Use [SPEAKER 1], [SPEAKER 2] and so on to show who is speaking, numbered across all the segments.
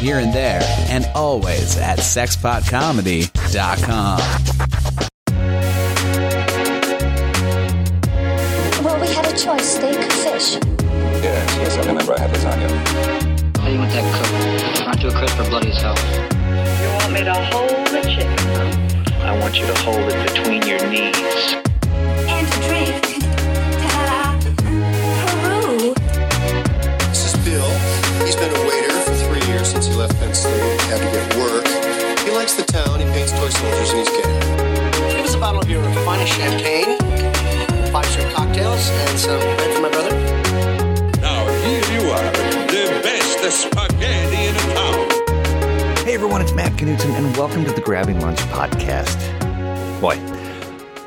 [SPEAKER 1] here and there, and always at sexpotcomedy.com.
[SPEAKER 2] Well, we had a choice steak or fish.
[SPEAKER 3] Yes, yes, I remember I had lasagna.
[SPEAKER 4] How do you want that cooked? Not to a crisp or bloody as hell.
[SPEAKER 5] You want me to hold the chicken?
[SPEAKER 6] I want you to hold it between your knees.
[SPEAKER 2] And to drift to Peru.
[SPEAKER 7] This is Bill. He's been a waiter for three years since he left Penn State. Had to get work. He likes the town. He paints toy soldiers and he's gay.
[SPEAKER 8] Give us a bottle of your finest champagne, five shrimp cocktails, and some bread for my brother.
[SPEAKER 9] Now here you are, the best spaghetti in town.
[SPEAKER 10] Hey everyone, it's Matt Knutson, and welcome to the Grabbing Lunch podcast. Boy,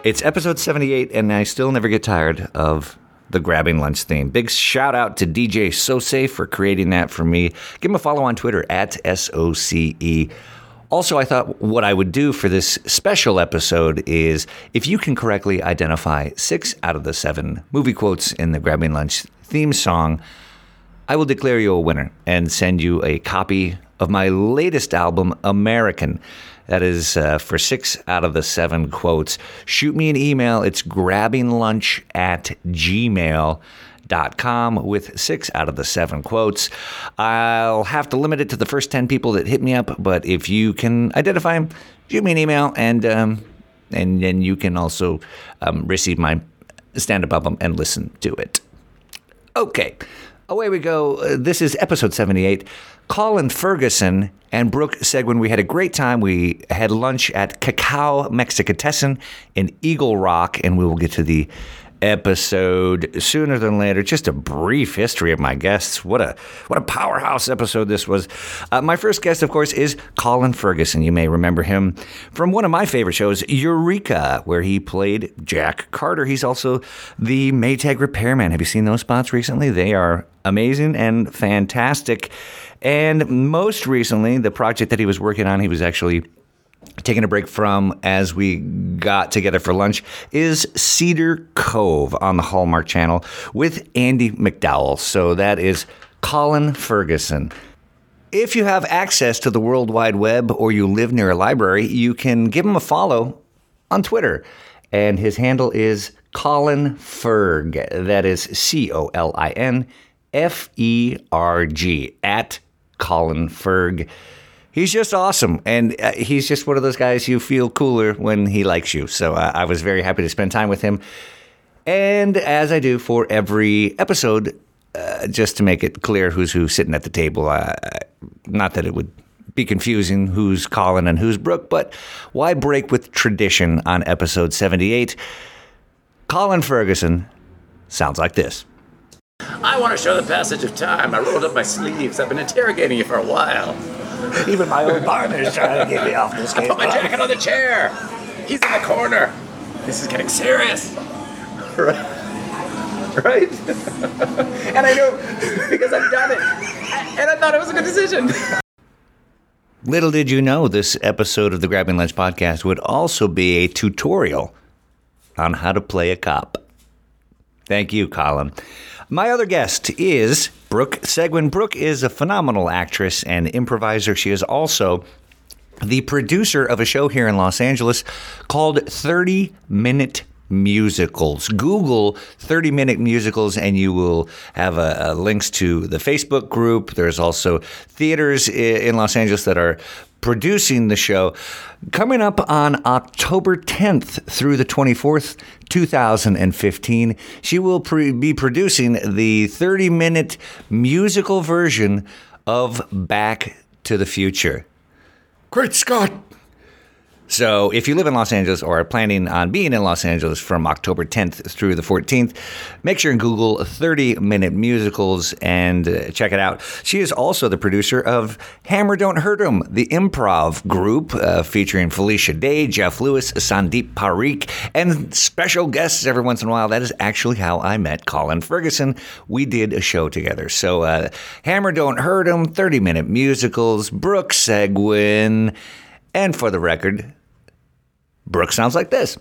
[SPEAKER 10] it's episode 78, and I still never get tired of the Grabbing Lunch theme. Big shout out to DJ Sose for creating that for me. Give him a follow on Twitter at SOCE. E. Also, I thought what I would do for this special episode is if you can correctly identify six out of the seven movie quotes in the Grabbing Lunch theme song, I will declare you a winner and send you a copy of my latest album, American. That is uh, for six out of the seven quotes. Shoot me an email. It's grabbinglunch at gmail.com with six out of the seven quotes. I'll have to limit it to the first 10 people that hit me up, but if you can identify them, shoot me an email and. Um, and then you can also um, receive my stand-up album and listen to it. Okay, away we go. Uh, This is episode 78. Colin Ferguson and Brooke Seguin, we had a great time. We had lunch at Cacao Mexicatessen in Eagle Rock, and we will get to the episode sooner than later. Just a brief history of my guests. What a what a powerhouse episode this was. Uh, my first guest, of course, is Colin Ferguson. You may remember him from one of my favorite shows, Eureka, where he played Jack Carter. He's also the Maytag repairman. Have you seen those spots recently? They are amazing and fantastic. And most recently, the project that he was working on, he was actually taking a break from as we got together for lunch is Cedar Cove on the Hallmark Channel with Andy McDowell. So that is Colin Ferguson. If you have access to the World Wide Web or you live near a library, you can give him a follow on Twitter. And his handle is Colin Ferg. That is C O L I N F E R G at Colin Ferg. He's just awesome, and uh, he's just one of those guys you feel cooler when he likes you. So uh, I was very happy to spend time with him. And as I do for every episode, uh, just to make it clear who's who sitting at the table, uh, not that it would be confusing who's Colin and who's Brooke, but why break with tradition on episode 78? Colin Ferguson sounds like this.
[SPEAKER 11] I want to show the passage of time. I rolled up my sleeves. I've been interrogating you for a while.
[SPEAKER 10] Even my old partner's trying to get me off this
[SPEAKER 11] I put my jacket on the chair. He's in the corner. This is getting serious. Right? Right? and I know because I've done it. And I thought it was a good decision.
[SPEAKER 10] Little did you know, this episode of the Grabbing Lunch podcast would also be a tutorial on how to play a cop. Thank you, Colin. My other guest is Brooke Seguin. Brooke is a phenomenal actress and improviser. She is also the producer of a show here in Los Angeles called 30 Minute Musicals. Google 30 Minute Musicals, and you will have uh, uh, links to the Facebook group. There's also theaters i- in Los Angeles that are producing the show. Coming up on October 10th through the 24th, 2015, she will pre- be producing the 30 minute musical version of Back to the Future. Great Scott! So, if you live in Los Angeles or are planning on being in Los Angeles from October 10th through the 14th, make sure and Google 30 Minute Musicals and uh, check it out. She is also the producer of Hammer Don't Hurt 'em, the improv group uh, featuring Felicia Day, Jeff Lewis, Sandeep Parikh, and special guests every once in a while. That is actually how I met Colin Ferguson. We did a show together. So, uh, Hammer Don't Hurt 'em, 30 Minute Musicals, Brooke Seguin. And for the record, Brooke sounds like this.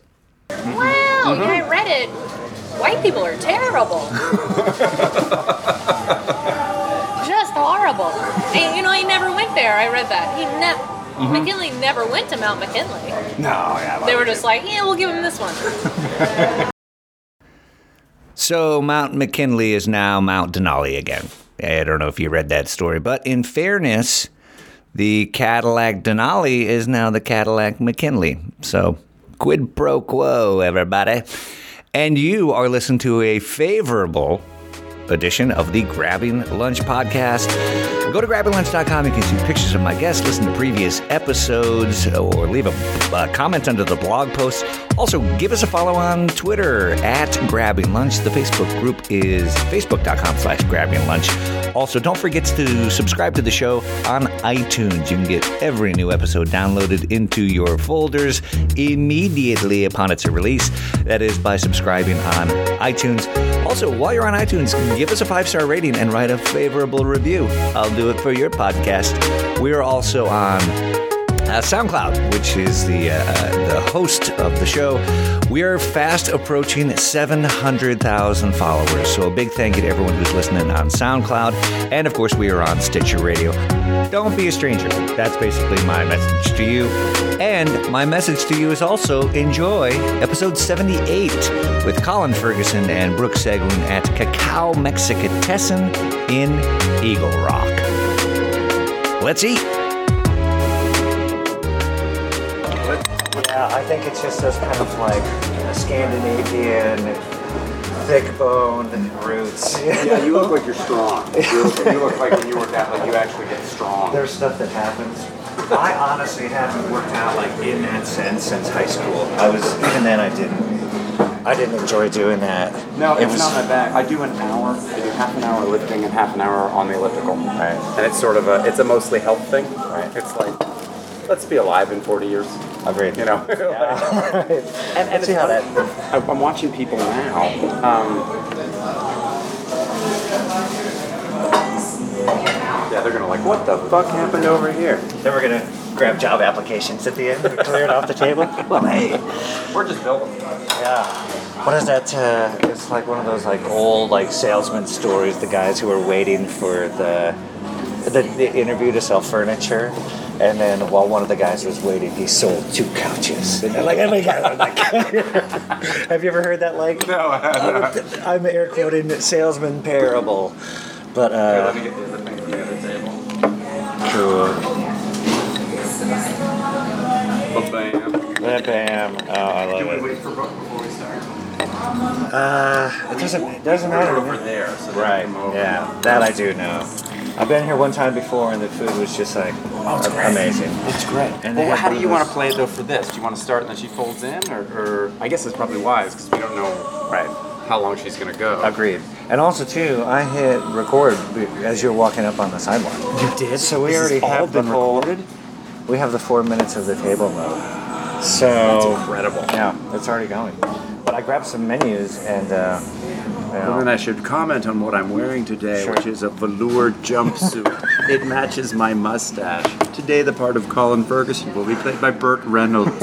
[SPEAKER 2] Wow,
[SPEAKER 12] Uh-huh.
[SPEAKER 2] you I read it. White people are terrible. Just
[SPEAKER 12] terrible. And you know, he never went there. I read that. He never. McKinley never went to Mount McKinley.
[SPEAKER 11] No, yeah.
[SPEAKER 12] They were just like, yeah, Mm-hmm. we'll give him this one.
[SPEAKER 10] So Mount McKinley is now Mount Denali again. I don't know if you read that story, but in fairness, the Cadillac Denali is now the Cadillac McKinley. So quid pro quo, everybody. And you are listening to a favorable edition of the Grabbing Lunch podcast. Go to grabbinglunch.com. You can see pictures of my guests, listen to previous episodes, or leave a uh, comment under the blog post. Also, give us a follow on Twitter at Grabbing Lunch. The Facebook group is facebook.com slash Grabbing Lunch. Also, don't forget to subscribe to the show on iTunes. You can get every new episode downloaded into your folders immediately upon its release. That is by subscribing on iTunes. Also, while you're on iTunes, give us a five star rating and write a favorable review. I'll do it for your podcast. We're also on uh, SoundCloud, which is the uh, the host of the show. We are fast approaching 700,000 followers. So a big thank you to everyone who's listening on SoundCloud, and of course we are on Stitcher Radio. Don't be a stranger. That's basically my message to you. And my message to you is also enjoy episode 78 with Colin Ferguson and Brooke Seguin at Cacao Mexicatessen in Eagle Rock. Let's eat.
[SPEAKER 13] Yeah, I think it's just those kind of like Scandinavian thick bone roots.
[SPEAKER 14] yeah, you look like you're strong. You look, you look like when you work out, like you actually get strong.
[SPEAKER 13] There's stuff that happens. I honestly haven't worked out like in that sense since high school. I was even then I didn't. I didn't enjoy doing that.
[SPEAKER 14] No, it's not my bag. I do an hour, I do half an hour lifting and half an hour on the elliptical. Right. And it's sort of a, it's a mostly health thing. Right. It's like, let's be alive in 40 years.
[SPEAKER 13] Agreed.
[SPEAKER 14] You know.
[SPEAKER 13] Yeah. and
[SPEAKER 14] and it's
[SPEAKER 13] See how
[SPEAKER 14] funny. I- I'm watching people now. Um, yeah, they're gonna like, what the fuck happened over here?
[SPEAKER 13] Then we're gonna grab job applications at the end, and clear it off the table. Well, hey,
[SPEAKER 14] We're just building.
[SPEAKER 13] Yeah. What is that? Uh, it's like one of those like old like salesman stories. The guys who are waiting for the the, the interview to sell furniture, and then while one of the guys was waiting, he sold two couches. And they're like, oh my god! Like, have you ever heard that? Like,
[SPEAKER 14] no, I
[SPEAKER 13] haven't. I'm air quoting salesman parable, but
[SPEAKER 14] Here,
[SPEAKER 13] uh,
[SPEAKER 14] let me get the other thing from the other table. Bam.
[SPEAKER 13] Bam. Oh, I love
[SPEAKER 14] Do we
[SPEAKER 13] it.
[SPEAKER 14] wait for Brooke before we start?
[SPEAKER 13] Uh, it doesn't it doesn't matter.
[SPEAKER 14] Over there, so then
[SPEAKER 13] Right.
[SPEAKER 14] come over.
[SPEAKER 13] Yeah, that I do know. I've been here one time before, and the food was just like amazing.
[SPEAKER 14] Oh, It's great.
[SPEAKER 13] And they
[SPEAKER 14] well,
[SPEAKER 13] had
[SPEAKER 14] how
[SPEAKER 13] one
[SPEAKER 14] do
[SPEAKER 13] of
[SPEAKER 14] you want to
[SPEAKER 13] those-
[SPEAKER 14] play it though for this? Do you want to start and then she folds in, or, or I guess it's probably wise because we don't know
[SPEAKER 13] right
[SPEAKER 14] how long she's gonna go.
[SPEAKER 13] Agreed. And also too, I hit record be- as you're walking up on the sidewalk. You did. So we
[SPEAKER 14] This
[SPEAKER 13] already
[SPEAKER 14] has all
[SPEAKER 13] have the
[SPEAKER 14] been
[SPEAKER 13] whole. We have the four minutes of the table mode. So that's
[SPEAKER 14] incredible.
[SPEAKER 13] Yeah, it's already going. But I grabbed some menus and. Uh, you know,
[SPEAKER 14] Well, then I should comment on what I'm wearing today,
[SPEAKER 13] Sure.
[SPEAKER 14] which is a velour jumpsuit. it matches my mustache. Today, the part of Colin Ferguson will be played by Burt Reynolds.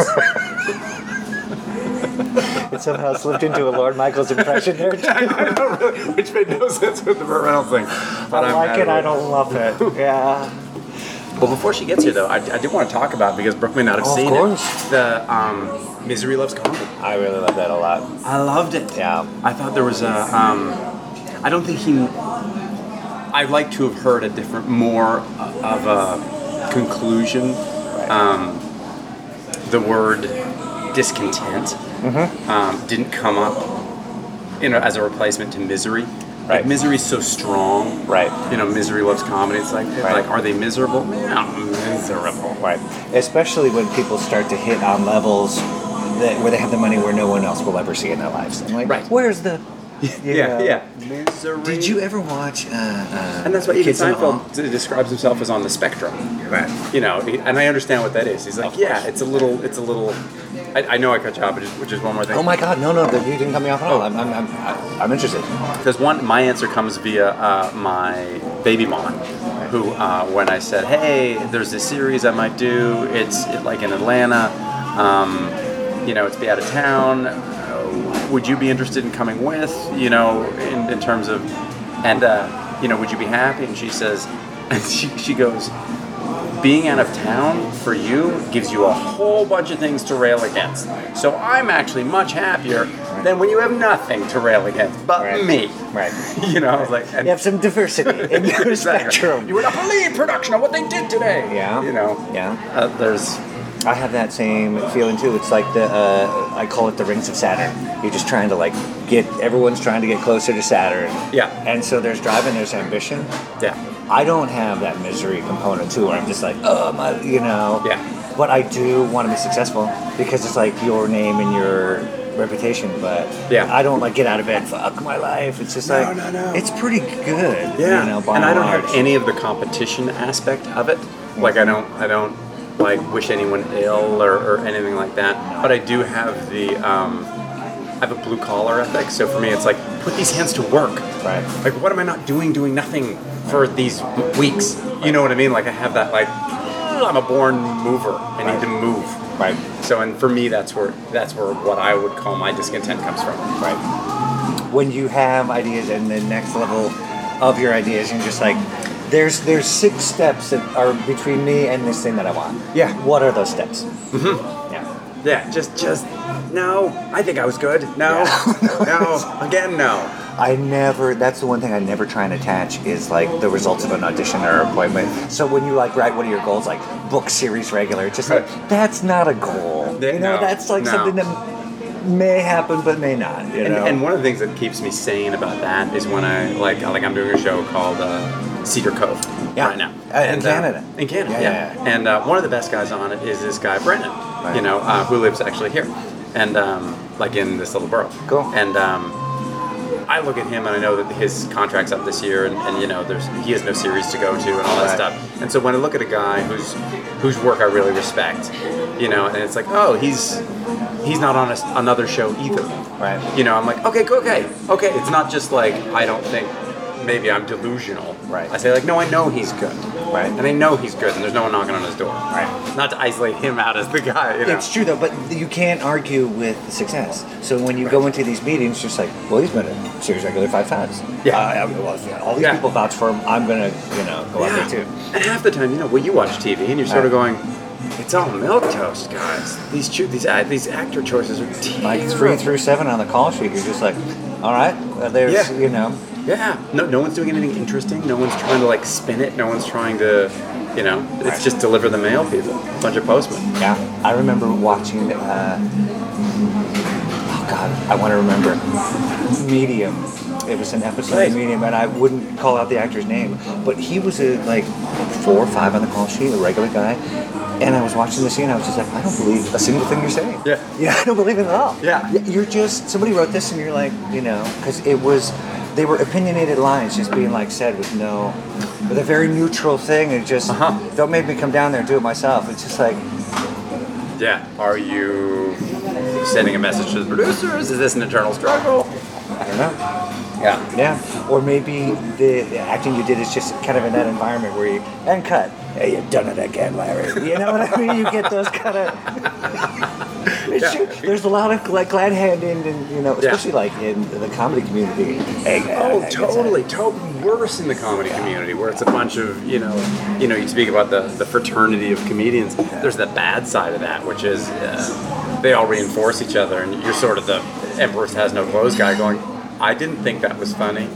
[SPEAKER 13] it somehow slipped into a Lord Michaels impression there.
[SPEAKER 14] I don't really, which made no sense with the Burt Reynolds thing. But
[SPEAKER 13] I
[SPEAKER 14] I'm
[SPEAKER 13] like
[SPEAKER 14] mad
[SPEAKER 13] it.
[SPEAKER 14] at
[SPEAKER 13] I don't love it. Yeah.
[SPEAKER 14] Well, before she gets here, though, I, I do want to talk about because Brooke may not have
[SPEAKER 13] Oh, of
[SPEAKER 14] seen
[SPEAKER 13] course.
[SPEAKER 14] it. The um, Misery Loves Comedy.
[SPEAKER 13] I really love that a lot.
[SPEAKER 14] I loved it.
[SPEAKER 13] Yeah.
[SPEAKER 14] I thought there was a. Um, I don't think he. I'd like to have heard a different, more of a conclusion. Um, the word discontent
[SPEAKER 13] Mm-hmm.
[SPEAKER 14] um, didn't come up, you know, as a replacement to misery. Like
[SPEAKER 13] Right.
[SPEAKER 14] misery's so strong.
[SPEAKER 13] Right.
[SPEAKER 14] You know, misery loves comedy. It's like,
[SPEAKER 13] Right.
[SPEAKER 14] like, are they miserable? Yeah, I'm miserable.
[SPEAKER 13] Right. Especially when people start to hit on levels that, where they have the money where no one else will ever see in their lives. I'm like,
[SPEAKER 14] Right.
[SPEAKER 13] where's the. you know?
[SPEAKER 14] Misery.
[SPEAKER 13] Did you ever watch. Uh, uh,
[SPEAKER 14] And that's why even
[SPEAKER 13] Kids in the Hall?
[SPEAKER 14] Seinfeld d- describes himself as on the spectrum.
[SPEAKER 13] Right.
[SPEAKER 14] You know, he- and I understand what that is. He's like, yeah, it's a little, it's a little. I, I know I cut you off, but just, which is one more thing.
[SPEAKER 13] Oh my god, no, no, you didn't cut me off at all. I'm, I'm, I'm, I'm interested.
[SPEAKER 14] Because one, my answer comes via uh, my baby mama, who, uh, when I said, "Hey, there's this series I might do. It's it, like in Atlanta. Um, you know, it's be out of town. Uh, would you be interested in coming with? You know, in, in terms of, and uh, you know, would you be happy?" And she says, And she, she goes, being out of town for you gives you a whole bunch of things to rail against. So I'm actually much happier than when you have nothing to rail against but
[SPEAKER 10] Right.
[SPEAKER 14] me.
[SPEAKER 10] Right.
[SPEAKER 14] You know, I was like, and
[SPEAKER 10] You have some diversity in your spectrum.
[SPEAKER 14] You would not believe production of what they did today.
[SPEAKER 10] Yeah.
[SPEAKER 14] You know.
[SPEAKER 10] Yeah.
[SPEAKER 14] Uh, there's.
[SPEAKER 10] I have that same feeling too. It's like the uh, I call it the rings of Saturn. You're just trying to like get everyone's trying to get closer to Saturn.
[SPEAKER 14] Yeah.
[SPEAKER 10] And so there's drive and there's ambition.
[SPEAKER 14] Yeah.
[SPEAKER 10] I don't have that misery component too, where I'm just like, oh my, you know.
[SPEAKER 14] Yeah.
[SPEAKER 10] But I do want to be successful because it's like your name and your reputation. But
[SPEAKER 14] Yeah.
[SPEAKER 10] I don't like get out of bed. Fuck my life. It's just
[SPEAKER 14] No,
[SPEAKER 10] like
[SPEAKER 14] no, no.
[SPEAKER 10] it's pretty good.
[SPEAKER 14] Yeah,
[SPEAKER 10] You know, by
[SPEAKER 14] and I don't
[SPEAKER 10] large.
[SPEAKER 14] have any of the competition aspect of it. Like I don't, I don't like wish anyone ill or, or anything like that. But I do have the, um, I have a blue collar ethic. So for me, it's like put these hands to work.
[SPEAKER 10] Right.
[SPEAKER 14] Like what am I not doing? Doing nothing for these weeks. You know what I mean? Like I have that like, I'm a born mover. I need to move.
[SPEAKER 10] Right.
[SPEAKER 14] So and for me, that's where that's where what I would call my discontent comes from.
[SPEAKER 10] Right. when you have ideas and the next level of your ideas and just like there's there's six steps that are between me and this thing that I want.
[SPEAKER 14] Yeah.
[SPEAKER 10] What are those steps?
[SPEAKER 14] Mm-hmm.
[SPEAKER 10] Yeah.
[SPEAKER 14] Yeah, just just no. I think I was good. No, no, again, no.
[SPEAKER 10] I never that's the one thing I never try and attach is like the results of an audition or appointment. So when you like write what are your goals like book series regular, it's just like that's not a goal. you know,
[SPEAKER 14] no,
[SPEAKER 10] that's like
[SPEAKER 14] no.
[SPEAKER 10] something that may happen but may not. You
[SPEAKER 14] and,
[SPEAKER 10] know?
[SPEAKER 14] and one of the things that keeps me sane about that is when I like like I'm doing a show called uh, Cedar Cove
[SPEAKER 10] Yeah.
[SPEAKER 14] right now
[SPEAKER 10] Uh, in
[SPEAKER 14] uh,
[SPEAKER 10] Canada.
[SPEAKER 14] in Canada,
[SPEAKER 10] Yeah,
[SPEAKER 14] yeah.
[SPEAKER 10] yeah,
[SPEAKER 14] And uh, one of the best guys on it is this guy Brennan, you know, uh, who lives actually here, and um, like in this little borough. Cool. And um, I look at him and I know that his contract's up this year, and, and you know, there's he has no series to go to and all that
[SPEAKER 10] Right.
[SPEAKER 14] stuff. And so when I look at a guy whose whose work I really respect, you know, and it's like, oh, he's he's not on a s another show either.
[SPEAKER 10] Right.
[SPEAKER 14] You know, I'm like, okay, go- okay, okay. It's not just like I don't think maybe I'm delusional. Right. I say like, no, I know he's good. Right. And I know he's good, and there's no one knocking on his door. Right. Not to isolate him out as the guy. You know?
[SPEAKER 10] It's true though, but you can't argue with success. So when you go into these meetings, it's just like, well, he's been a series regular five times. Yeah, I, I, well, yeah, all these
[SPEAKER 14] Yeah.
[SPEAKER 10] people vouch for him. I'm gonna, you know, go
[SPEAKER 14] Yeah.
[SPEAKER 10] out there too.
[SPEAKER 14] And half the time, you know, well, you watch TV and you're sort of going, it's all milk toast, guys. These cho- these act- these actor choices are terrible.
[SPEAKER 10] Like three through seven on the call sheet, you're just like, all right, well, there's,
[SPEAKER 14] Yeah.
[SPEAKER 10] you know,
[SPEAKER 14] Yeah. No, no one's doing anything interesting. No one's trying to like spin it. No one's trying to, you know, it's just deliver the mail, people. Bunch of postmen.
[SPEAKER 10] yeah. I remember watching. Uh, oh God, I want to remember. Medium. It was an episode of Medium, and I wouldn't call out the actor's name, but he was a like four or five on the call sheet, a regular guy. And I was watching the scene, I was just like, I don't believe a single thing you're saying.
[SPEAKER 14] Yeah.
[SPEAKER 10] Yeah, I don't believe it at all.
[SPEAKER 14] Yeah.
[SPEAKER 10] You're just, somebody wrote this and you're like, you know, because it was, they were opinionated lines just being like said with no, with a very neutral thing and just,
[SPEAKER 14] Uh-huh.
[SPEAKER 10] don't make me come down there and do it myself. It's just like,
[SPEAKER 14] Yeah. Are you sending a message to the producers? Is this an eternal struggle?
[SPEAKER 10] I don't know.
[SPEAKER 14] Yeah.
[SPEAKER 10] Yeah, or maybe the, the acting you did is just kind of in that environment where you and cut. Hey, you've done it again, Larry. You know what I mean? You get those kind of. It's true. There's a lot of like glad hand in, and you know,
[SPEAKER 14] Yeah.
[SPEAKER 10] especially like in the comedy community. Hey,
[SPEAKER 14] Oh,
[SPEAKER 10] uh,
[SPEAKER 14] totally. Totally worse in the comedy community, where it's a bunch of you know, you know, you speak about the the fraternity of comedians. There's the bad side of that, which is uh, they all reinforce each other, and you're sort of the emperor has no clothes guy going. I didn't think that was funny.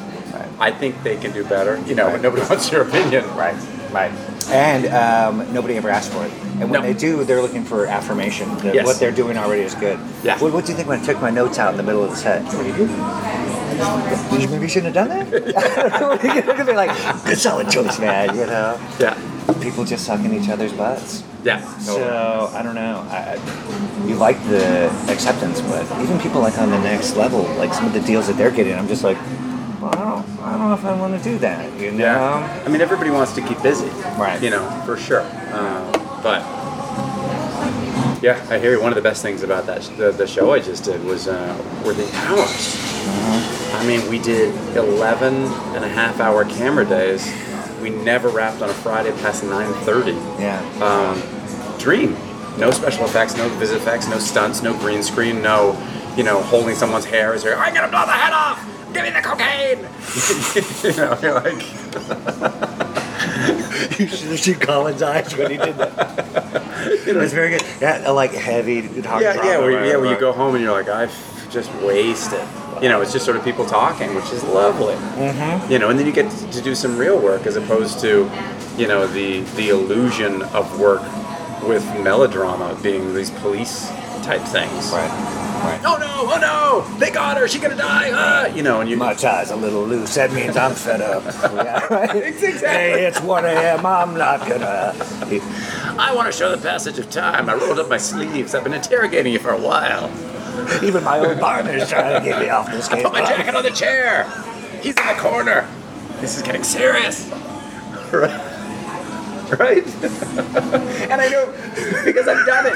[SPEAKER 14] I think they can do better. You know, but nobody wants your opinion.
[SPEAKER 10] Right. Right. And um, nobody ever asked for it. And when they do, they're looking for affirmation that
[SPEAKER 14] Yes.
[SPEAKER 10] what they're doing already is good.
[SPEAKER 14] Yeah.
[SPEAKER 10] What, what do you think when I took my notes out in the middle of the set? What do you do? Maybe you shouldn't have done that. You're gonna be like, good solid choice, man. You know.
[SPEAKER 14] Yeah.
[SPEAKER 10] People just suck in each other's butts.
[SPEAKER 14] Yeah.
[SPEAKER 10] So I don't know. I, I- you like the acceptance, but even people like on the next level, like some of the deals that they're getting, I'm just like, well, I don't, I don't know if I want to do that. You know.
[SPEAKER 14] Um, I mean, everybody wants to keep busy.
[SPEAKER 10] Right.
[SPEAKER 14] You know, for sure. Uh, but yeah, I hear you. One of the best things about that sh- the, the show I just did was uh, were the hours.
[SPEAKER 10] Mm-hmm.
[SPEAKER 14] I mean, we did 11 and a half hour camera days. We never wrapped on a Friday past 9:30.
[SPEAKER 10] Yeah.
[SPEAKER 14] Um, dream. No special effects, no visit effects, no stunts, no green screen, no, you know, holding someone's hair. Is there, I'm gonna blow the head off. Give me the cocaine. you know, you're like,
[SPEAKER 10] you should have seen Colin's eyes when he did that. it was very good. Yeah, like heavy.
[SPEAKER 14] Yeah, yeah, where, yeah. Where you go home and you're like, I've just wasted. You know, it's just sort of people talking, which is lovely.
[SPEAKER 10] Mm-hmm.
[SPEAKER 14] You know, and then you get to do some real work as opposed to, you know, the the illusion of work with melodrama being these police type things.
[SPEAKER 10] Right. Right.
[SPEAKER 14] Oh no! Oh no! They got her. She's gonna die. Ah! You know, and you
[SPEAKER 10] my tie's a little loose. That means I'm fed up. Yeah, right?
[SPEAKER 14] Exactly.
[SPEAKER 10] Hey, it's 1 a.m. I'm not gonna.
[SPEAKER 14] I want to show the passage of time. I rolled up my sleeves. I've been interrogating you for a while.
[SPEAKER 10] Even my old partner's trying to get me off this
[SPEAKER 14] I
[SPEAKER 10] game.
[SPEAKER 14] put my jacket on the chair. He's in the corner. This is getting serious.
[SPEAKER 15] Right. Right? and I know because I've done it.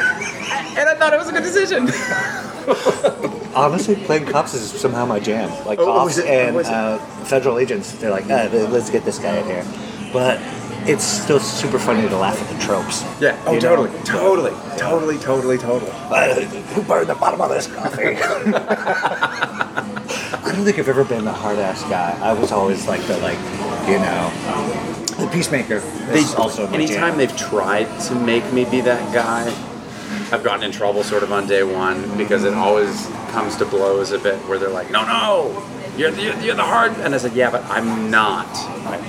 [SPEAKER 15] And I thought it was a good decision.
[SPEAKER 10] Honestly, playing cops is somehow my jam. Like
[SPEAKER 15] Oh, oh,
[SPEAKER 10] cops
[SPEAKER 15] is it-
[SPEAKER 10] and
[SPEAKER 15] oh, is it?
[SPEAKER 10] uh, federal agents, they're like, uh, let's get this guy in here. But it's still super funny to laugh at the tropes.
[SPEAKER 14] Yeah. Oh,
[SPEAKER 10] You know?
[SPEAKER 14] totally, totally, totally, totally, totally.
[SPEAKER 10] Uh, who burned the bottom of this coffee? I don't think I've ever been a hard ass guy. I was always like the like, you know, the peacemaker.
[SPEAKER 14] They,
[SPEAKER 10] is also my
[SPEAKER 14] anytime
[SPEAKER 10] jam.
[SPEAKER 14] they've tried to make me be that guy, I've gotten in trouble sort of on day one because it always comes to blows a bit where they're like, no, no, you're, you're, you're the hard. And I said, yeah, but I'm not.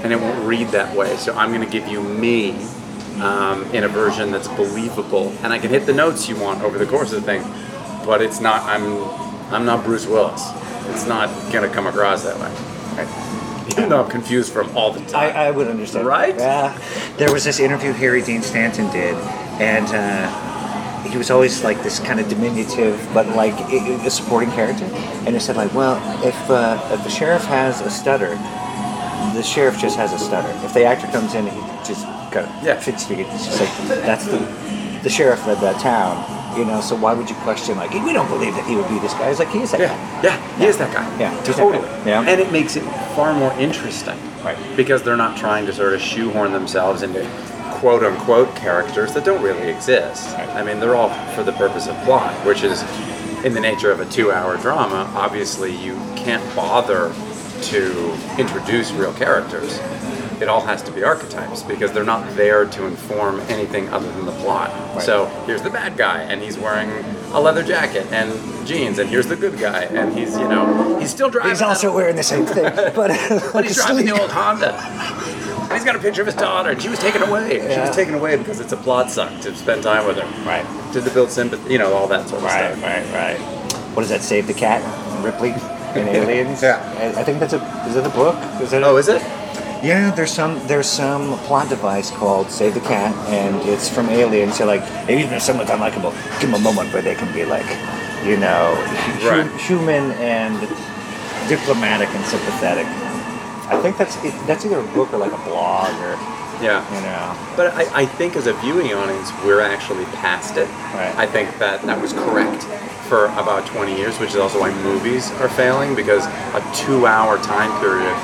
[SPEAKER 14] And it won't read that way. So I'm going to give you me um, in a version that's believable. And I can hit the notes you want over the course of the thing, but it's not, I'm, I'm not Bruce Willis. It's not going to come across that way. Even though I'm confused from all the time.
[SPEAKER 10] I, I would understand. Right? Yeah. There was this interview Harry Dean Stanton did, and uh, he was always like this kind of diminutive, but like i- i- a supporting character. And he said like, well, if uh, if the sheriff has a stutter, the sheriff just has a stutter. If the actor comes in, he just kind of yeah. fits speaking. It's just like that's the the sheriff of that town. You know, so why would you question like we don't believe that he would be this guy? He's like he is that guy.
[SPEAKER 14] Yeah, he is that guy.
[SPEAKER 10] Yeah, he's that guy.
[SPEAKER 14] Totally.
[SPEAKER 10] Yeah.
[SPEAKER 14] And it makes it far more interesting.
[SPEAKER 10] Right.
[SPEAKER 14] Because they're not trying to sort of shoehorn themselves into quote unquote characters that don't really exist. I mean, they're all for the purpose of plot, which is in the nature of a two hour drama, obviously you can't bother to introduce real characters. It all has to be archetypes because they're not there to inform anything other than the plot.
[SPEAKER 10] Right.
[SPEAKER 14] So here's the bad guy and he's wearing a leather jacket and jeans and here's the good guy and he's you know he's still driving
[SPEAKER 10] He's also wearing the same thing, but
[SPEAKER 14] but he's driving the old honda and he's got a picture of his daughter and she was taken away she
[SPEAKER 10] Yeah.
[SPEAKER 14] was taken away because it's a plot suck to spend time with her
[SPEAKER 10] right
[SPEAKER 14] to, to build sympathy you know all that sort of
[SPEAKER 10] Right,
[SPEAKER 14] stuff
[SPEAKER 10] right, right. What is that? Save the cat, Ripley, and aliens. yeah, I, I think that's a. Is that a book? Is that? A,
[SPEAKER 14] oh is it
[SPEAKER 10] Yeah, there's some there's some plot device called Save the Cat, and it's from aliens. You're like, even if someone's unlikable, give them a moment where they can be like, you know, hu-
[SPEAKER 14] Right.
[SPEAKER 10] human and diplomatic and sympathetic. I think that's it, that's either a book or like a blog or
[SPEAKER 14] yeah
[SPEAKER 10] you know.
[SPEAKER 14] But I, I think as a viewing audience, we're actually past it.
[SPEAKER 10] Right.
[SPEAKER 14] I think that that was correct for about 20 years, which is also why movies are failing because a two hour time period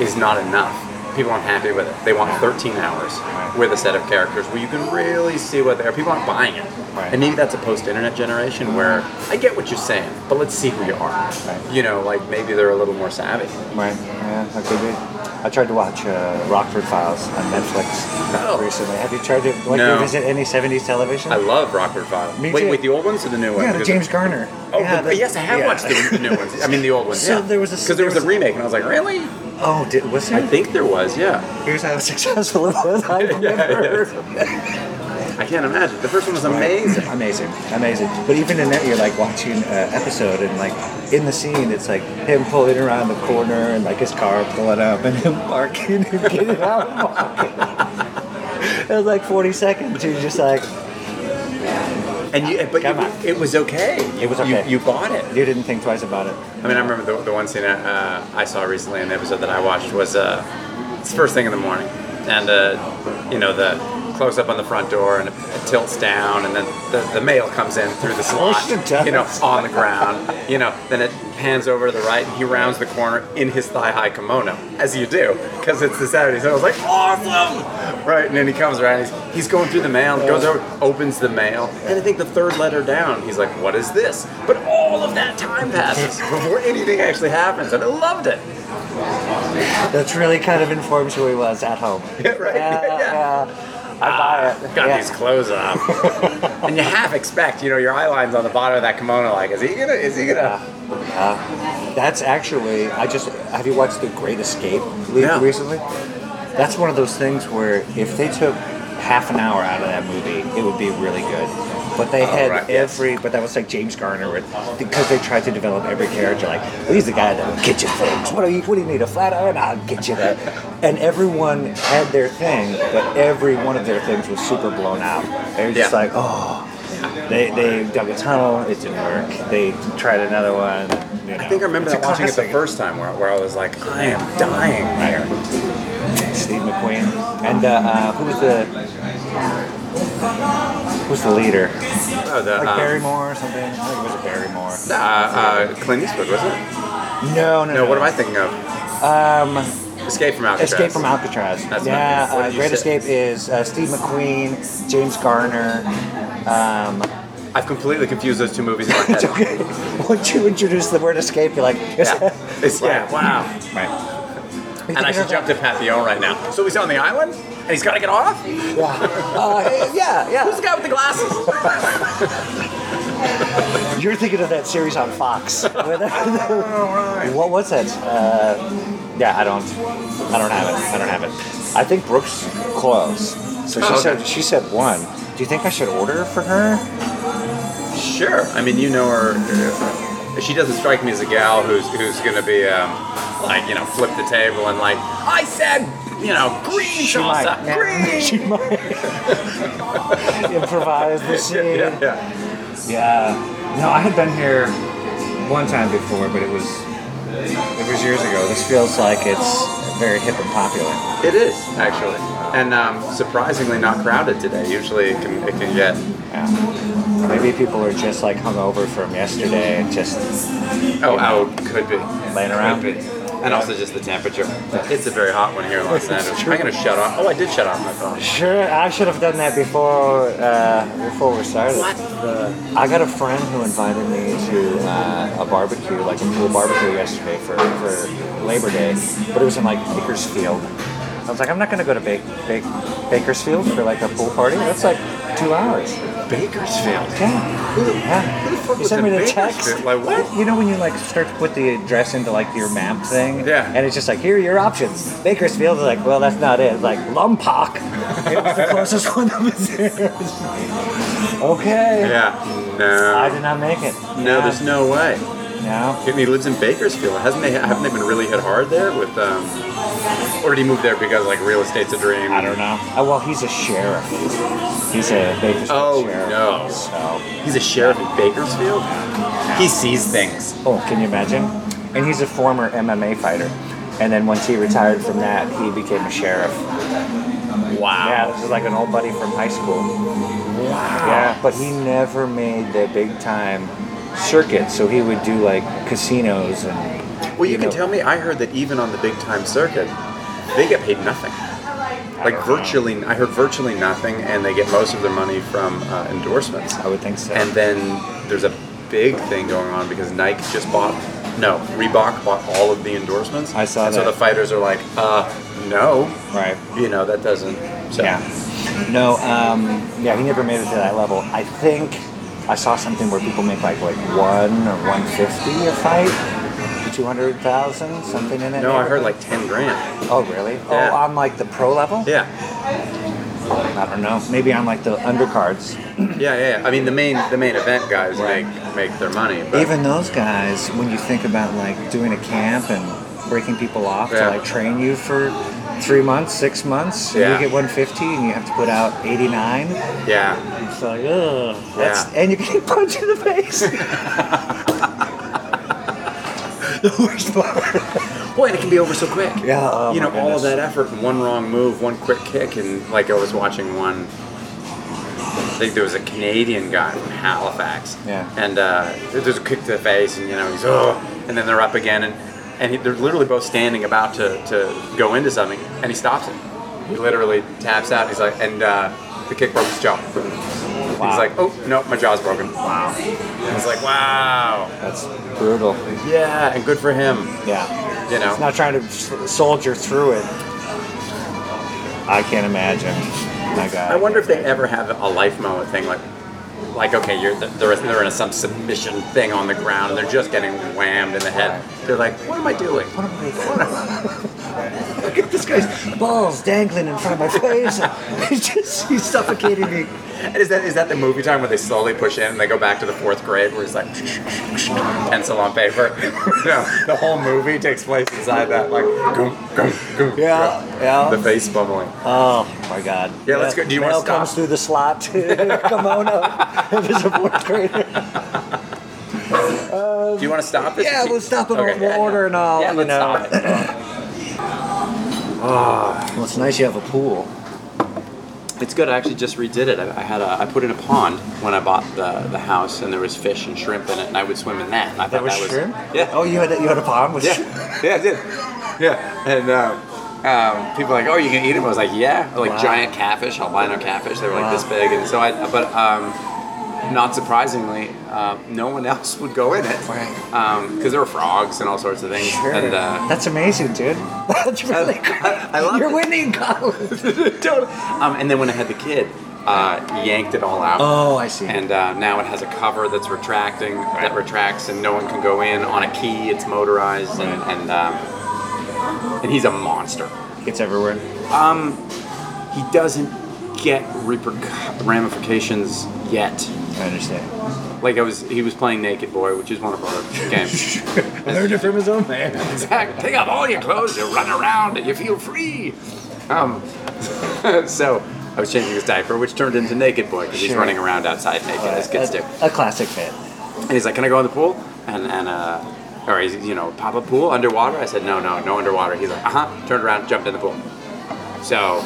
[SPEAKER 14] is not enough. People aren't happy with it. They want 13 hours with a set of characters where you can really see what they are. People aren't buying it.
[SPEAKER 10] Right.
[SPEAKER 14] And maybe that's a post internet generation where I get what you're saying, but let's see who you are. You know, like maybe they're a little more savvy.
[SPEAKER 10] Right. Yeah, that could be. I tried to watch uh, Rockford Files on Netflix recently. Have you tried to like
[SPEAKER 14] Oh. No.
[SPEAKER 10] revisit any '70s television?
[SPEAKER 14] I love Rockford Files.
[SPEAKER 10] Me
[SPEAKER 14] wait,
[SPEAKER 10] too.
[SPEAKER 14] wait, the old ones or the new ones?
[SPEAKER 10] yeah, the James Garner.
[SPEAKER 14] Oh,
[SPEAKER 10] yeah,
[SPEAKER 14] the-
[SPEAKER 10] the-
[SPEAKER 14] yes, I have
[SPEAKER 10] yeah.
[SPEAKER 14] watched the, the new ones. I mean, the old ones.
[SPEAKER 10] So
[SPEAKER 14] yeah.
[SPEAKER 10] there was a-
[SPEAKER 14] because there was
[SPEAKER 10] there
[SPEAKER 14] a remake, and I was like, really?
[SPEAKER 10] Oh, did, was there?
[SPEAKER 14] I think there was. Yeah,
[SPEAKER 10] Here's how successful it was. I've
[SPEAKER 14] Yeah,
[SPEAKER 10] never
[SPEAKER 14] yeah.
[SPEAKER 10] heard of
[SPEAKER 14] I can't imagine. The first one was amazing.
[SPEAKER 10] Amazing, amazing. But even in that, you're like watching an episode, and like in the scene, it's like him pulling around the corner, and like his car pulling up, and him barking and getting out. And barking. it was like 40 seconds. You're just like,
[SPEAKER 14] And you, but
[SPEAKER 10] Come
[SPEAKER 14] you, it was okay.
[SPEAKER 10] It was
[SPEAKER 14] You-
[SPEAKER 10] okay.
[SPEAKER 14] You, bought it.
[SPEAKER 10] you didn't think twice about it.
[SPEAKER 14] I mean, I remember the, the one scene uh, I saw recently in the episode that I watched was uh, it's first thing in the morning, and uh, you know the close up on the front door and it, tilts down, and then the, the mail comes in through the slot,
[SPEAKER 10] course it does.
[SPEAKER 14] you know, on the ground, you know. Then it pans over to the right, and he rounds the corner in his thigh high kimono, as you do, because it's the Saturday. So I was like, awesome, right? And then he comes around, he's, he's going through the mail, goes over, opens the mail, and I think the third letter down, he's like, what is this? But all of that time passes before anything actually happens, and I loved it.
[SPEAKER 10] That's really kind of informs who he was at home.
[SPEAKER 16] Yeah, right. Yeah, Ah,
[SPEAKER 10] I buy it.
[SPEAKER 16] Got
[SPEAKER 10] Yeah.
[SPEAKER 16] these clothes on, and you half expect, you know, your eye lines on the bottom of that kimono. Like, is he gonna? Is he gonna?
[SPEAKER 10] Uh, that's actually. I just have you watched The Great Escape Luke,
[SPEAKER 16] No.
[SPEAKER 10] recently? That's one of those things where if they took half an hour out of that movie, it would be really good. But they
[SPEAKER 16] Oh,
[SPEAKER 10] had
[SPEAKER 16] right, yes.
[SPEAKER 10] every. But that was like James Garner with because they tried to develop every character. Like well, he's the guy that will get you things. What do you? What do you need? A flat iron? I'll get you that. And everyone had their thing, but every one of their things was super blown out. They were just
[SPEAKER 16] Yeah.
[SPEAKER 10] like, oh. They, they dug a tunnel. It didn't work. They tried another one. you
[SPEAKER 16] I think I
[SPEAKER 10] know.
[SPEAKER 16] remember
[SPEAKER 10] It's
[SPEAKER 16] that
[SPEAKER 10] a
[SPEAKER 16] watching it the
[SPEAKER 10] classic.
[SPEAKER 16] first time, where, where I was like, I am dying here.
[SPEAKER 10] Steve McQueen and uh, uh, who was the who's the leader? Uh,
[SPEAKER 14] Oh, the,
[SPEAKER 10] like
[SPEAKER 14] um,
[SPEAKER 10] Barrymore or something. I think it was a Barrymore.
[SPEAKER 14] Uh, uh, Clint Eastwood, wasn't it?
[SPEAKER 10] No, no,
[SPEAKER 14] No,
[SPEAKER 10] no.
[SPEAKER 14] what am I thinking of?
[SPEAKER 10] Um,
[SPEAKER 14] Escape from Alcatraz.
[SPEAKER 10] Escape from Alcatraz.
[SPEAKER 14] That's
[SPEAKER 10] yeah,
[SPEAKER 14] what- what
[SPEAKER 10] uh,
[SPEAKER 14] did you
[SPEAKER 10] Great
[SPEAKER 14] say?
[SPEAKER 10] Escape is uh, Steve McQueen, James Garner. Um,
[SPEAKER 14] I've completely confused those two movies. In my head.
[SPEAKER 10] once you introduce the word escape, you're like,
[SPEAKER 14] Yeah. It's like, wow.
[SPEAKER 10] Right.
[SPEAKER 14] And I should jump to Papillon right now. So he's on the island, and he's got to get off.
[SPEAKER 10] Yeah. Uh, yeah, yeah.
[SPEAKER 14] Who's the guy with the glasses?
[SPEAKER 10] You're thinking of that series on Fox. what was it? Uh, yeah, I don't. I don't have it. I don't have it. I think Brooks close. So she
[SPEAKER 14] Oh, okay.
[SPEAKER 10] said she said one. Do you think I should order for her?
[SPEAKER 14] Sure. I mean, you know her. She doesn't strike me as a gal who's who's gonna be um, like you know flip the table and like I said you know green
[SPEAKER 10] She
[SPEAKER 14] salsa
[SPEAKER 10] might. Yeah.
[SPEAKER 14] green.
[SPEAKER 10] She might. Improvise the scene.
[SPEAKER 14] yeah, yeah.
[SPEAKER 10] Yeah. No, I had been here one time before, but it was it was years ago. This feels like it's very hip and popular.
[SPEAKER 14] It is actually, and um, surprisingly not crowded today. Usually it can it can get.
[SPEAKER 10] Yeah. Maybe people are just like hungover from yesterday and just
[SPEAKER 14] Oh, oh, could be
[SPEAKER 10] Laying around.
[SPEAKER 14] Could be. And also just the temperature. It's a very hot one here in Los Angeles. I'm gonna shut off. Oh, I did shut off my phone.
[SPEAKER 10] Sure, I should have done that before uh, before we started.
[SPEAKER 14] What the?
[SPEAKER 10] I got a friend who invited me to uh, a barbecue, like a pool barbecue yesterday for, for Labor Day, but it was in like Bakersfield. I was like, I'm not gonna go to ba- ba- Bakersfield for like a pool party. That's like two hours.
[SPEAKER 14] Bakersfield.
[SPEAKER 10] Yeah. Yeah. You sent me
[SPEAKER 14] lives
[SPEAKER 10] the
[SPEAKER 14] in
[SPEAKER 10] text.
[SPEAKER 14] Bakersfield? Like, what?
[SPEAKER 10] You know when you like start to put the address into like your map thing?
[SPEAKER 14] Yeah.
[SPEAKER 10] And it's just like, here are your options. Bakersfield is like, well, that's not it. It's like Lumpock. It was the closest one that was there. okay.
[SPEAKER 14] Yeah.
[SPEAKER 10] I
[SPEAKER 14] No.
[SPEAKER 10] did not make it.
[SPEAKER 14] No, there's no way.
[SPEAKER 10] No.
[SPEAKER 14] And he lives in Bakersfield. Hasn't they? Haven't they been really hit hard there with? Um, or did he move there because like real estate's a dream?
[SPEAKER 10] I don't know. Oh, well, he's a sheriff. He's a Bakersfield
[SPEAKER 14] Oh,
[SPEAKER 10] sheriff.
[SPEAKER 14] no.
[SPEAKER 10] So.
[SPEAKER 14] He's a sheriff in Bakersfield. He sees things.
[SPEAKER 10] Oh, can you imagine? And he's a former MMA fighter. And then once he retired from that, he became a sheriff.
[SPEAKER 14] Wow.
[SPEAKER 10] Yeah, this is like an old buddy from high school. Wow. Yeah, but he never made the big time circuit, so he would do like casinos and.
[SPEAKER 14] Well, you, can
[SPEAKER 10] know-
[SPEAKER 14] tell me. I heard that even on the big time circuit, they get paid nothing. Like
[SPEAKER 10] don't know.
[SPEAKER 14] virtually, I heard virtually nothing, and they get most of their money from uh, endorsements.
[SPEAKER 10] I would think so.
[SPEAKER 14] And then there's a big thing going on because Nike just bought, no, Reebok bought all of the endorsements.
[SPEAKER 10] I saw
[SPEAKER 14] and
[SPEAKER 10] that.
[SPEAKER 14] So the fighters are like, uh, no,
[SPEAKER 10] right.
[SPEAKER 14] you know that doesn't. So.
[SPEAKER 10] Yeah. No. Um, yeah, he never made it to that level. I think I saw something where people make like like one or one fifty a fight, two hundred thousand, something in it.
[SPEAKER 14] No, I heard like ten grand.
[SPEAKER 10] Oh, really?
[SPEAKER 14] Yeah.
[SPEAKER 10] Oh, on like the pro level?
[SPEAKER 14] Yeah,
[SPEAKER 10] I don't know. Maybe on like the undercards.
[SPEAKER 14] yeah, yeah. yeah. I mean, the main the main event guys make make their money. But
[SPEAKER 10] Even those guys, when you think about like doing a camp and breaking people off
[SPEAKER 14] Yeah.
[SPEAKER 10] to like train you for three months, six months, and
[SPEAKER 14] Yeah.
[SPEAKER 10] you get 150 and you have to put out 89.
[SPEAKER 14] yeah,
[SPEAKER 10] It's like, ugh. That's,
[SPEAKER 14] Yeah.
[SPEAKER 10] And you get punched in the face. the worst part.
[SPEAKER 14] Boy, and it can be over so quick.
[SPEAKER 10] Yeah, oh
[SPEAKER 14] you
[SPEAKER 10] my
[SPEAKER 14] know, all of
[SPEAKER 10] goodness.
[SPEAKER 14] that effort, and one wrong move, one quick kick, and like I was watching one. I think there was a Canadian guy from Halifax.
[SPEAKER 10] Yeah.
[SPEAKER 14] And uh, there's a kick to the face, and you know he's oh, and then they're up again, and and he, they're literally both standing about to, to go into something, and he stops it. He literally taps out. And he's like, and uh, the kick broke his jaw.
[SPEAKER 10] Wow.
[SPEAKER 14] He's like, oh no, my jaw's broken.
[SPEAKER 10] Wow.
[SPEAKER 14] And it's like, wow.
[SPEAKER 10] That's brutal.
[SPEAKER 14] Yeah, and good for him.
[SPEAKER 10] Yeah.
[SPEAKER 14] You know,
[SPEAKER 13] It's not trying to s- soldier through it. I can't imagine. My God.
[SPEAKER 14] I wonder if they ever have a life moment thing like, like okay, you're they're, they're in some submission thing on the ground and they're just getting whammed in the head. They're like, what am I doing? What am I doing?
[SPEAKER 13] Look at this guy's balls dangling in front of my face. He's just he's suffocated me.
[SPEAKER 14] And is that is that the movie time where they slowly push in and they go back to the fourth grade where he's like pencil on paper? you know, the whole movie takes place inside that like goom, goom, goom,
[SPEAKER 13] Yeah,
[SPEAKER 14] goom.
[SPEAKER 13] yeah.
[SPEAKER 14] the face bubbling.
[SPEAKER 13] Oh my God.
[SPEAKER 14] Yeah, let's go. Do you want to
[SPEAKER 13] Male
[SPEAKER 14] stop?
[SPEAKER 13] comes through the slot kimono. if it's a fourth grader.
[SPEAKER 14] Do you want to stop this?
[SPEAKER 13] Yeah, we'll stop it.
[SPEAKER 14] Okay,
[SPEAKER 13] we'll
[SPEAKER 14] yeah,
[SPEAKER 13] order and all.
[SPEAKER 14] Yeah,
[SPEAKER 13] you
[SPEAKER 14] let's
[SPEAKER 13] know.
[SPEAKER 14] stop it.
[SPEAKER 13] Well, it's nice you have a pool.
[SPEAKER 14] It's good. I actually just redid it. I, I had a, I put in a pond when I bought the, the house, and there was fish and shrimp in it, and I would swim in that. And I
[SPEAKER 13] That
[SPEAKER 14] thought
[SPEAKER 13] was
[SPEAKER 14] that was
[SPEAKER 13] shrimp.
[SPEAKER 14] Yeah.
[SPEAKER 13] Oh, you had a, you had a pond with shrimp.
[SPEAKER 14] yeah, yeah, I did. Yeah, and um, um, people were like, "Oh, you can eat them." I was like, "Yeah," like
[SPEAKER 13] Wow.
[SPEAKER 14] giant catfish, albino catfish. They were like
[SPEAKER 13] Wow.
[SPEAKER 14] this big, and so I. But um, not surprisingly, uh, no one else would go in it because there were frogs and all sorts of things.
[SPEAKER 13] Sure.
[SPEAKER 14] And uh,
[SPEAKER 13] That's amazing, dude. That's really cool.
[SPEAKER 14] I love
[SPEAKER 13] You're
[SPEAKER 14] it.
[SPEAKER 13] winning, Colin.
[SPEAKER 14] Totally. Um, and then when I had the kid, uh, yanked it all out.
[SPEAKER 13] Oh, I see.
[SPEAKER 14] And uh, now it has a cover that's retracting, that retracts, and no one can go in on a key. It's motorized, and and, um, and he's a monster.
[SPEAKER 13] It's everywhere.
[SPEAKER 14] Um, he doesn't get reperc- ramifications yet.
[SPEAKER 13] I understand.
[SPEAKER 14] Like I was, he was playing Naked Boy, which is one of our games.
[SPEAKER 13] Learned it from his own man.
[SPEAKER 14] Exact. Take off all your clothes. You run around. and You feel free. Um, so I was changing his diaper, which turned into naked boy because he's
[SPEAKER 13] Sure.
[SPEAKER 14] running around outside naked as kids do.
[SPEAKER 13] a, a classic fit.
[SPEAKER 14] And he's like, "Can I go in the pool?" And and uh, or he's you know, pop a pool underwater. I said, "No, no, no underwater." He's like, "Uh huh." Turned around, jumped in the pool. So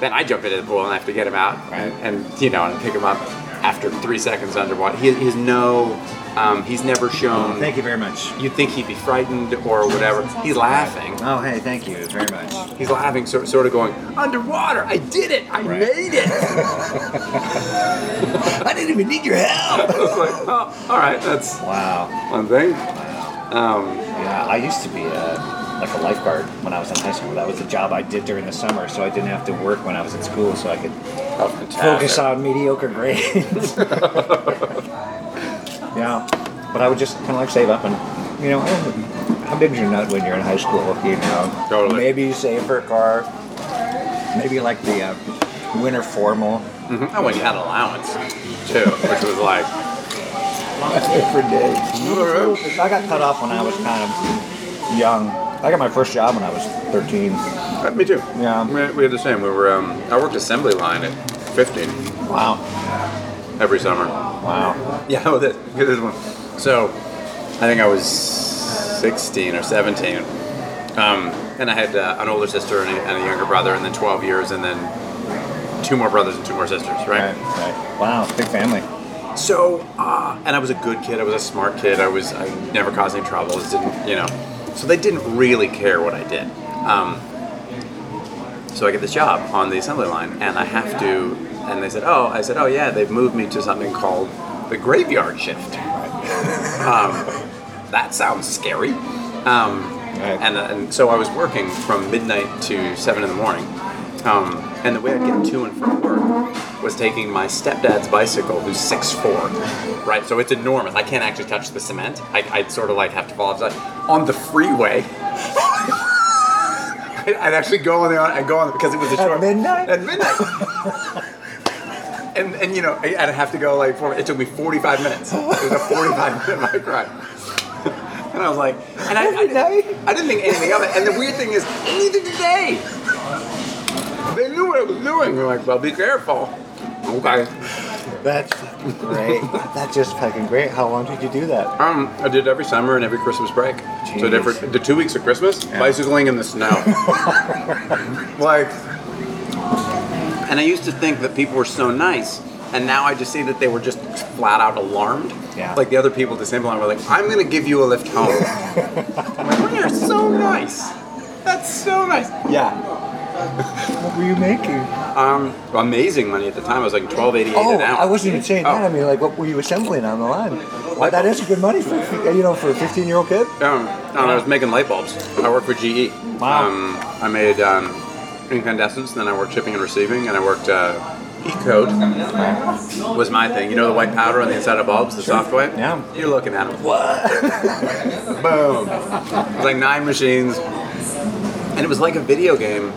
[SPEAKER 14] then I jump into the pool and I have to get him out and, and you know and pick him up after three seconds underwater. He, he's no. Um, he's never shown.
[SPEAKER 13] Thank you very much.
[SPEAKER 14] You'd think he'd be frightened or whatever. He's laughing.
[SPEAKER 13] Oh, hey, thank you very much.
[SPEAKER 14] He's laughing, sort sort of going, underwater. I did it. I made it.
[SPEAKER 13] I didn't even need your help.
[SPEAKER 14] I was like, oh, all right, that's
[SPEAKER 13] Wow.
[SPEAKER 14] one thing. Um,
[SPEAKER 13] Yeah, I used to be a, like a lifeguard when I was in high school. That was a job I did during the summer, so I didn't have to work when I was in school, so I could
[SPEAKER 14] oh, fantastic.
[SPEAKER 13] focus on mediocre grades. yeah, but I would just kind of like save up and, you know, eh, how big is your nut when you're in high school? You know,
[SPEAKER 14] Totally.
[SPEAKER 13] maybe you save for a car, maybe like the uh, winter formal
[SPEAKER 14] Mhm. I went and had allowance too, which was like,
[SPEAKER 13] every day. I got cut off when I was kind of young. I got my first job when I was 13.
[SPEAKER 14] uh, me too.
[SPEAKER 13] Yeah.
[SPEAKER 14] We, we had the same. We were. Um, I worked assembly line at 15
[SPEAKER 13] Wow.
[SPEAKER 14] every summer.
[SPEAKER 13] Wow.
[SPEAKER 14] Yeah, oh, this, get this one. So, I think I was 16 or 17. Um, and I had uh, an older sister and a, and a younger brother, and then 12 years, and then two more brothers and two more sisters, right?
[SPEAKER 13] Right, right. Wow, big family.
[SPEAKER 14] So, uh, and I was a good kid. I was a smart kid. I was I never caused any trouble. Just didn't, you know. So they didn't really care what I did. Um, so I get this job on the assembly line, and I have to. And they said, "Oh," I said, "Oh yeah." They've moved me to something called the graveyard shift. um, that sounds scary. Um,
[SPEAKER 13] Right.
[SPEAKER 14] and, and so I was working from midnight to seven in the morning. Um, and the way I'd get to and from work was taking my stepdad's bicycle, who's six four, right? So it's enormous. I can't actually touch the cement. I, I'd sort of like have to fall outside on the freeway. I'd I'd actually go on there. I'd go on because it was a
[SPEAKER 13] At
[SPEAKER 14] short
[SPEAKER 13] midnight?
[SPEAKER 14] At midnight. and and you know I- I'd have to go like four. It took me forty five minutes. It was a forty five minute bike ride. And I was like, and I, I,
[SPEAKER 13] night?
[SPEAKER 14] I didn't think anything of it. And the weird thing is, neither did they. They knew what I was doing. They're like, well, be careful. Okay.
[SPEAKER 13] That's great. That's just fucking great. How long did you do that?
[SPEAKER 14] Um, I did every summer and every Christmas break. So
[SPEAKER 13] Jeez.
[SPEAKER 14] different. The two weeks of Christmas, bicycling in the snow. like, and I used to think that people were so nice, and now I just see that they were just flat out alarmed.
[SPEAKER 13] Yeah.
[SPEAKER 14] Like the other people at the same line were like, "I'm gonna give you a lift home." I'm like, "You're so nice. That's so nice." Yeah.
[SPEAKER 13] What were you making?
[SPEAKER 14] Um, amazing money at the time. I was like twelve eighty eight
[SPEAKER 13] Oh,
[SPEAKER 14] an hour.
[SPEAKER 13] I wasn't even saying
[SPEAKER 14] Oh.
[SPEAKER 13] that. I mean, like, what were you assembling on the line? Well, that is good money for you know for a fifteen year old kid.
[SPEAKER 14] Um, no, I was making light bulbs. I worked for GE. Wow. Um, I made um, incandescents, then I worked shipping and receiving, and I worked uh, E-code was my thing. You know the white powder on the inside of bulbs, the soft white? Yeah. You're looking at them. What? Boom. It was like nine machines. And it was like a video game.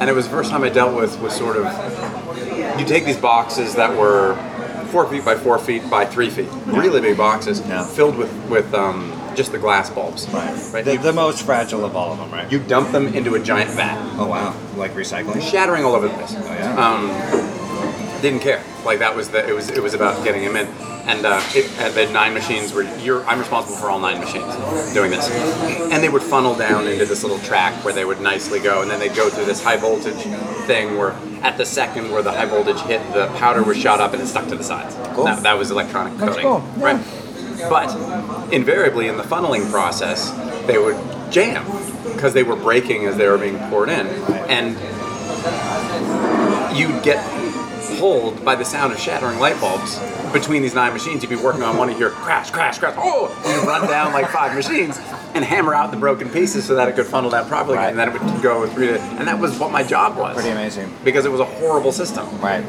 [SPEAKER 14] And it was the first time I dealt with was sort of you take these boxes that were four feet by four feet by three feet, really big boxes, filled with with um, just the glass bulbs. Right. The, the most fragile of all of them, right? You dump them into a giant vat. Oh wow! Like recycling, shattering all over the place. Oh yeah. Um, didn't care. Like that was the it was it was about getting them in. And uh, it, and the nine machines were you're I'm responsible for all nine machines doing this, and they would funnel down into this little track where they would nicely go, and then they'd go through this high voltage thing where at the second where the high voltage hit, the powder was shot up and it stuck to the sides.
[SPEAKER 13] Cool.
[SPEAKER 14] That, that was electronic
[SPEAKER 13] That's
[SPEAKER 14] coding,
[SPEAKER 13] cool. Yeah.
[SPEAKER 14] right? But invariably, in the funneling process, they would jam because they were breaking as they were being poured in, and you'd get pulled by the sound of shattering light bulbs between these nine machines. You'd be working on one, you hear crash, crash, crash. Oh, you run down like five machines and hammer out the broken pieces so that it could funnel down properly, and then it would go through it. And that was what my job was.
[SPEAKER 13] Pretty amazing.
[SPEAKER 14] Because it was a horrible system.
[SPEAKER 13] Right.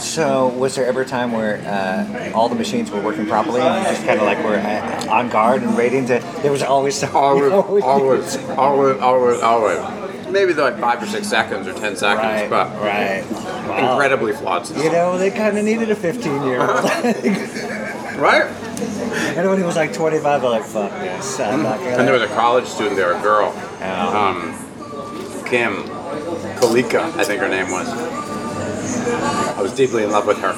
[SPEAKER 13] So, was there ever a time where uh, all the machines were working properly, and just kind of like were uh, on guard and rating to? There was always some.
[SPEAKER 14] Always, always, always, always, always. Maybe like five or six seconds or ten seconds,
[SPEAKER 13] Right,
[SPEAKER 14] but
[SPEAKER 13] right. Wow.
[SPEAKER 14] incredibly flawed system.
[SPEAKER 13] You know, they kind of needed a 15 year old.
[SPEAKER 14] right?
[SPEAKER 13] And when he was like 25, I'm like, fuck this. I'm not gonna.
[SPEAKER 14] And there was a college student there, a girl, um, Kim Kalika, I think her name was. I was deeply in love with her.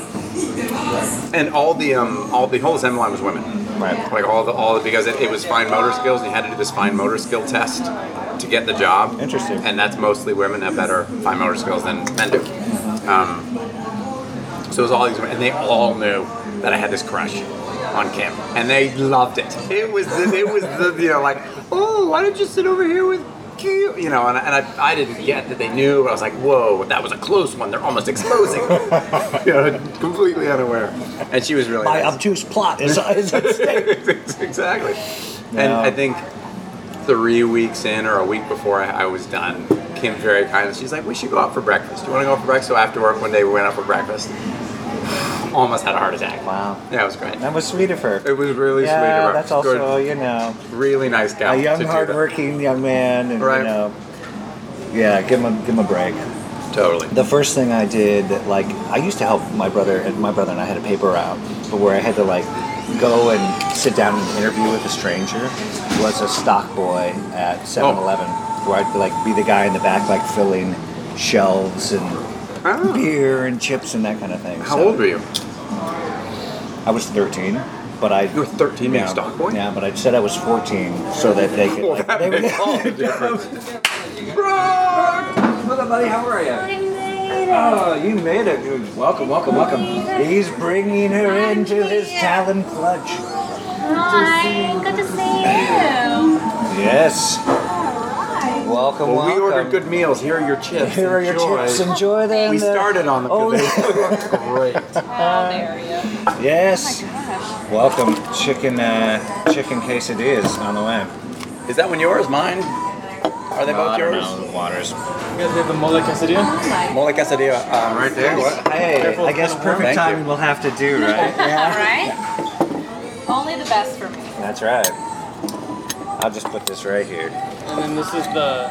[SPEAKER 14] And all the um, all the whole assembly line was women. Right. Like all the all the, because it, it was fine motor skills, and you had to do this fine motor skill test to get the job. Interesting. And that's mostly women have better fine motor skills than men do. Um, so it was all these women, and they all knew that I had this crush on Kim, and they loved it. It was the, it was the you know like oh why don't you sit over here with Kim you know and, I- and I, I didn't get that they knew. I was like whoa that was a close one. They're almost exposing. you know, completely unaware. And she was really
[SPEAKER 13] My
[SPEAKER 14] nice.
[SPEAKER 13] obtuse plot is, is at stake.
[SPEAKER 14] exactly. And
[SPEAKER 13] No.
[SPEAKER 14] I think three weeks in or a week before I, I was done, Kim very kindly, she's like, we should go out for breakfast. Do you want to go out for breakfast? So after work one day, we went out for breakfast. Almost had a heart attack. Wow. Yeah, it was great.
[SPEAKER 13] That was sweet of her.
[SPEAKER 14] It was really sweet
[SPEAKER 13] yeah,
[SPEAKER 14] of her.
[SPEAKER 13] that's also,
[SPEAKER 14] Good.
[SPEAKER 13] you know,
[SPEAKER 14] Really nice gal.
[SPEAKER 13] a young,
[SPEAKER 14] to do that.
[SPEAKER 13] hardworking young man, and you know, yeah, give him a, give him a break.
[SPEAKER 14] Totally.
[SPEAKER 13] The first thing I did, like, I used to help my brother, and my brother and I had a paper route, but where I had to like go and sit down and interview with a stranger was a stock boy at 7-Eleven, where I'd like be the guy in the back, like filling shelves and beer and chips and that kind of thing.
[SPEAKER 14] How
[SPEAKER 13] So-
[SPEAKER 14] old were you?
[SPEAKER 13] I was 13, but I. You
[SPEAKER 14] were 13
[SPEAKER 13] yeah,
[SPEAKER 14] stock boy?
[SPEAKER 13] Yeah, but I said I was 14 so that they could.
[SPEAKER 14] Well,
[SPEAKER 13] like,
[SPEAKER 14] that
[SPEAKER 13] they would-
[SPEAKER 14] makes all the difference.
[SPEAKER 13] Hello, buddy. How are you? I made it. Oh, you made it. dude. Welcome, welcome, welcome. He's bringing her into his talon clutch.
[SPEAKER 2] Hi, good to see you.
[SPEAKER 13] Yes. Welcome,
[SPEAKER 14] Well, we
[SPEAKER 13] welcome.
[SPEAKER 14] ordered good meals. Here are your chips.
[SPEAKER 13] Here are your
[SPEAKER 14] Enjoy.
[SPEAKER 13] chips. Enjoy them.
[SPEAKER 14] We
[SPEAKER 13] The-
[SPEAKER 14] started on them.
[SPEAKER 13] Oh,
[SPEAKER 14] because they looked great.
[SPEAKER 13] Yes. welcome, chicken uh, chicken quesadillas on the way.
[SPEAKER 14] Is that one yours? Mine? Are they
[SPEAKER 13] No,
[SPEAKER 14] both
[SPEAKER 13] I don't
[SPEAKER 14] yours?
[SPEAKER 13] know. Waters.
[SPEAKER 14] You guys have the mole quesadilla? Mole quesadilla. Um, right there. What?
[SPEAKER 13] Hey, I guess perfect
[SPEAKER 14] Thank you.
[SPEAKER 13] timing will have to do, right?
[SPEAKER 12] All right. Only the best for me.
[SPEAKER 13] That's right. I'll just put this right here.
[SPEAKER 17] And then this is the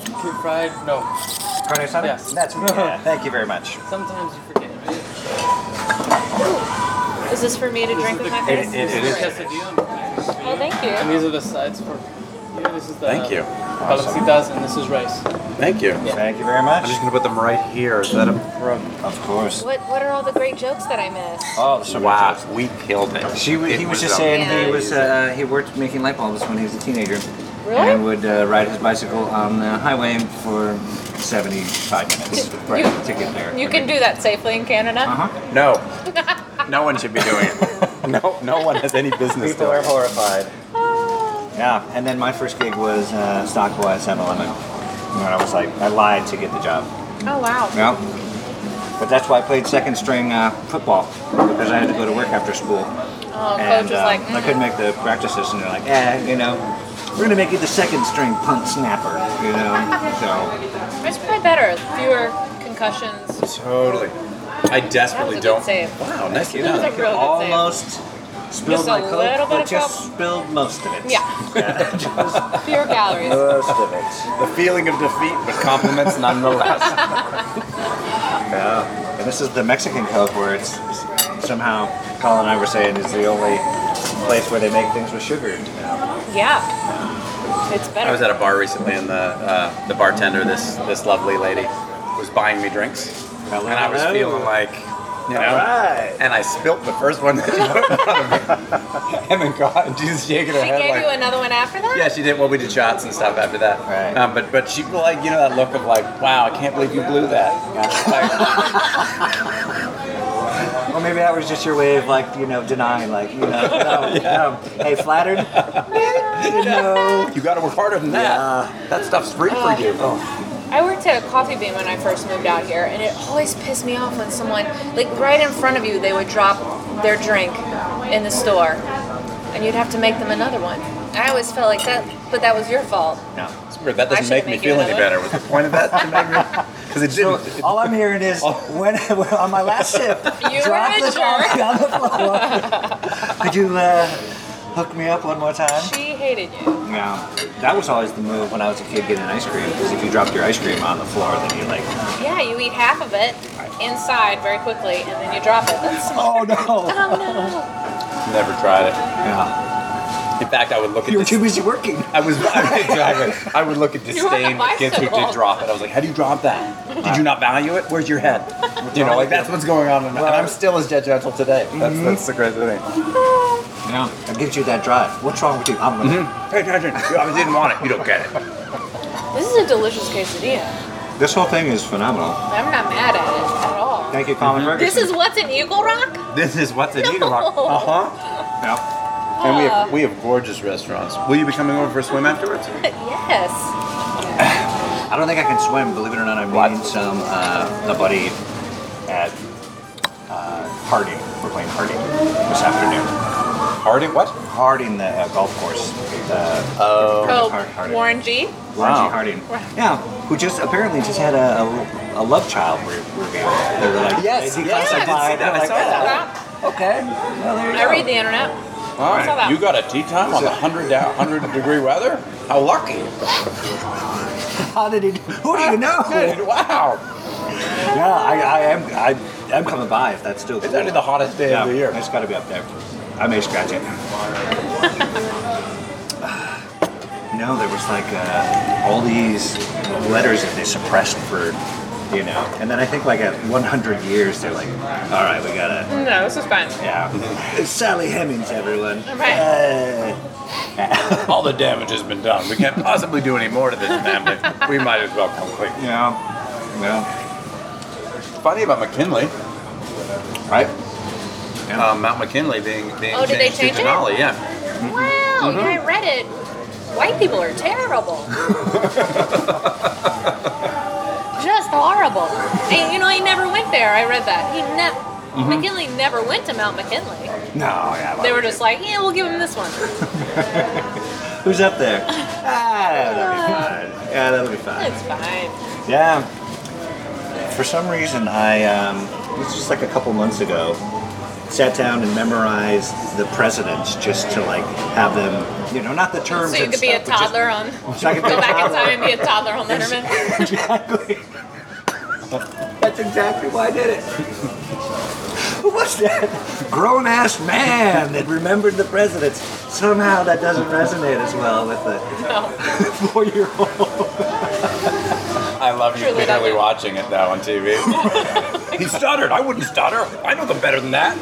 [SPEAKER 17] deep fried. No.
[SPEAKER 13] Carne asada?
[SPEAKER 17] Yes.
[SPEAKER 13] That's yeah, Thank you very much.
[SPEAKER 17] Sometimes you forget, right?
[SPEAKER 12] Is this for me to drink with my friends? Oh, thank
[SPEAKER 17] And
[SPEAKER 12] you.
[SPEAKER 17] these are the sides for. Yeah, this is the.
[SPEAKER 14] Thank you.
[SPEAKER 17] Palacitas, and this is rice.
[SPEAKER 14] Thank you.
[SPEAKER 13] Thank you very much.
[SPEAKER 14] I'm just gonna put them right here. Is that a problem?
[SPEAKER 13] Of course.
[SPEAKER 12] What What are all the great jokes that I missed?
[SPEAKER 13] Oh,
[SPEAKER 14] wow, we killed it.
[SPEAKER 13] She w-
[SPEAKER 14] It
[SPEAKER 13] he was, just saying he was uh, he worked making light bulbs when he was a teenager, and would uh, ride his bicycle on the highway for seventy five minutes right, to get there.
[SPEAKER 12] You can do that safely in Canada.
[SPEAKER 14] amazing. No, no one should be doing it. No, no one has any business
[SPEAKER 13] People
[SPEAKER 14] doing
[SPEAKER 13] are
[SPEAKER 14] it.
[SPEAKER 13] horrified. Yeah, and then my first gig was uh, Stockboy at 7-Eleven. And I was like, I lied to get the job.
[SPEAKER 12] Oh wow.
[SPEAKER 13] Yeah. But that's why I played second string uh, football because I had to go to work after school.
[SPEAKER 12] Oh,
[SPEAKER 13] and
[SPEAKER 12] coach was
[SPEAKER 13] uh,
[SPEAKER 12] like,
[SPEAKER 13] I couldn't make the practices, and they're like, eh, you know, we're gonna make you the second string punt snapper, you know. So
[SPEAKER 12] It's probably better. Fewer concussions.
[SPEAKER 14] Totally. I desperately
[SPEAKER 12] That was a
[SPEAKER 14] don't.
[SPEAKER 12] good save.
[SPEAKER 14] Wow, nice.
[SPEAKER 12] That was a real good save.
[SPEAKER 13] almost
[SPEAKER 12] Just
[SPEAKER 13] spilled
[SPEAKER 12] a
[SPEAKER 13] my coke,
[SPEAKER 12] little bit
[SPEAKER 13] but
[SPEAKER 12] of
[SPEAKER 13] just spilled most of it.
[SPEAKER 12] Yeah.
[SPEAKER 13] Yeah.
[SPEAKER 12] Fewer calories.
[SPEAKER 13] most of it.
[SPEAKER 14] The feeling of defeat, but compliments nonetheless.
[SPEAKER 13] Yeah. And this is the Mexican Coke where it's somehow Colin and I were saying is the only place where they make things with sugar.
[SPEAKER 12] Yeah. It's better.
[SPEAKER 14] I was at a bar recently, and the uh, the bartender, this this lovely lady, was buying me drinks, and I was
[SPEAKER 13] hello.
[SPEAKER 14] feeling like, you know,
[SPEAKER 13] All right.
[SPEAKER 14] and I spilt the first one, that she put in front of me. and then God, she's shaking her
[SPEAKER 12] she
[SPEAKER 14] head
[SPEAKER 12] gave
[SPEAKER 14] like,
[SPEAKER 12] you another one after that?
[SPEAKER 14] yeah, she did. Well, we did shots and stuff after that. Right. Um, but but she like you know that look of like, wow, I can't believe you blew that.
[SPEAKER 13] Or maybe that was just your way of like, you know, denying, like, you know, no, no. Hey, flattered? no.
[SPEAKER 14] You got to work harder than that. That stuff's free for you.
[SPEAKER 12] Oh. I worked at a coffee bean when I first moved out here, and it always pissed me off when someone, like right in front of you, they would drop their drink in the store, and you'd have to make them another one. I always felt like that, but that was your fault.
[SPEAKER 14] No. That
[SPEAKER 12] I
[SPEAKER 14] doesn't
[SPEAKER 12] should've
[SPEAKER 14] make me
[SPEAKER 12] made you
[SPEAKER 14] feel any
[SPEAKER 12] another
[SPEAKER 14] better. Was the point of that to make me? Because it didn't.
[SPEAKER 13] All I'm hearing is
[SPEAKER 14] Oh.
[SPEAKER 13] when, when on my last sip,
[SPEAKER 12] You
[SPEAKER 13] drop
[SPEAKER 12] were a
[SPEAKER 13] the coffee on
[SPEAKER 12] jerk.
[SPEAKER 13] the floor. Could you uh, hook me up one more time?
[SPEAKER 12] She hated you.
[SPEAKER 13] Yeah, that was always the move when I was a kid getting ice cream. Because if you dropped your ice cream on the floor, then you like,
[SPEAKER 12] Yeah, you eat half of it inside very quickly, and then you drop it. That's smart.
[SPEAKER 13] Oh no.
[SPEAKER 12] Oh no.
[SPEAKER 14] Never tried it.
[SPEAKER 13] Yeah.
[SPEAKER 14] In fact, I would look at
[SPEAKER 13] you were
[SPEAKER 14] this-
[SPEAKER 13] too busy working.
[SPEAKER 14] I was I, was driving. I would look at
[SPEAKER 12] You were on a
[SPEAKER 14] disdain with kids who did
[SPEAKER 12] bicycle.
[SPEAKER 14] drop it. I was like, "How do you drop that? Did you not value it? Where's your head? You know, like that's what's going on." in my- And I'm still as judgmental today. Mm-hmm. That's,
[SPEAKER 13] Mhm.
[SPEAKER 14] that's the crazy thing.
[SPEAKER 13] Yeah. That gives you that drive. What's wrong with you? I'm gonna.
[SPEAKER 14] Pay attention. You obviously Mm-hmm. didn't want it. You don't get it.
[SPEAKER 12] This is a delicious quesadilla.
[SPEAKER 13] This whole thing is phenomenal.
[SPEAKER 12] I'm not mad at it at all.
[SPEAKER 13] Thank you, Colin
[SPEAKER 12] Mm-hmm. This
[SPEAKER 13] Ferguson.
[SPEAKER 12] is what's in Eagle Rock.
[SPEAKER 14] This is what's an Eagle Rock.
[SPEAKER 12] No. Uh.
[SPEAKER 14] Uh huh.
[SPEAKER 13] Yeah.
[SPEAKER 14] And we have we have gorgeous restaurants. Will you be coming over for a swim afterwards?
[SPEAKER 13] Oh,
[SPEAKER 12] yes.
[SPEAKER 13] I don't think I can swim. Believe it or not, I'm meeting some uh, a buddy at uh, Harding. We're playing Harding this afternoon.
[SPEAKER 14] Harding what?
[SPEAKER 13] Harding, the uh, golf course. uh, The
[SPEAKER 14] Oh.
[SPEAKER 12] Oh,
[SPEAKER 13] Har- Harding.
[SPEAKER 12] Warren G.
[SPEAKER 13] Wow. Harding. Yeah, who just apparently just had a, a, a love child re- reveal. They were like,
[SPEAKER 14] Yes,
[SPEAKER 13] they
[SPEAKER 14] yes, I did see
[SPEAKER 13] declassified.
[SPEAKER 14] that. I
[SPEAKER 13] They're
[SPEAKER 14] saw
[SPEAKER 13] like,
[SPEAKER 14] that.
[SPEAKER 13] "Oh, Okay. Well, there you
[SPEAKER 12] I
[SPEAKER 13] go.
[SPEAKER 12] read the internet.
[SPEAKER 14] All
[SPEAKER 12] I saw that.
[SPEAKER 14] right. You got a tea time on the hundred down, hundred degree weather. How lucky!
[SPEAKER 13] How did he? do- Who do you know?
[SPEAKER 14] Good. Wow.
[SPEAKER 13] yeah, I, I am. I, I'm coming by if that's still.
[SPEAKER 14] It's only the hottest day
[SPEAKER 13] yeah,
[SPEAKER 14] of the year.
[SPEAKER 13] It's got to be up there. I may scratch it. no, there was like uh, all these letters that they suppressed for, you know. And then I think like at 100 years, they're like, all right, we gotta.
[SPEAKER 12] No, this is fun.
[SPEAKER 13] Yeah. It's Sally Hemings, everyone.
[SPEAKER 12] Right.
[SPEAKER 13] Uh,
[SPEAKER 14] All the damage has been done. We can't possibly do any more to this family. We might as well come quick.
[SPEAKER 13] yeah. Yeah.
[SPEAKER 14] Funny about McKinley,
[SPEAKER 13] Right.
[SPEAKER 14] um, Mount McKinley being being
[SPEAKER 12] Oh, did they
[SPEAKER 14] changed
[SPEAKER 12] change
[SPEAKER 14] to
[SPEAKER 12] it?
[SPEAKER 14] Denali. Yeah,
[SPEAKER 12] Wow,
[SPEAKER 13] Mm-hmm.
[SPEAKER 12] yeah, I read it. White people are terrible. Just horrible. And you know, he never went there. I read that. He never.
[SPEAKER 13] Mm-hmm.
[SPEAKER 12] McKinley never went to Mount McKinley.
[SPEAKER 13] No. Yeah.
[SPEAKER 12] They were just like, yeah, we'll give him this one.
[SPEAKER 13] Who's up there? ah, that'll be fine. Yeah, that'll be fine.
[SPEAKER 12] It's fine.
[SPEAKER 13] Yeah. For some reason, I um, it was just like a couple months ago. Sat down and memorized the presidents just to like have them, you know, not the terms.
[SPEAKER 12] So you
[SPEAKER 13] and
[SPEAKER 12] could be a
[SPEAKER 13] stuff, but
[SPEAKER 12] toddler on.
[SPEAKER 13] So I could be
[SPEAKER 12] Go
[SPEAKER 13] a
[SPEAKER 12] back in
[SPEAKER 13] toddler.
[SPEAKER 12] time and be a toddler on Letterman.
[SPEAKER 13] just- exactly. That's exactly why I did it. Who was that grown ass man that remembered the presidents? Somehow that doesn't resonate as well with the
[SPEAKER 12] No.
[SPEAKER 13] four year old.
[SPEAKER 14] I love you
[SPEAKER 12] Truly love
[SPEAKER 14] bitterly
[SPEAKER 12] it.
[SPEAKER 14] watching it now on TV. he stuttered. I wouldn't stutter. I know them better than that.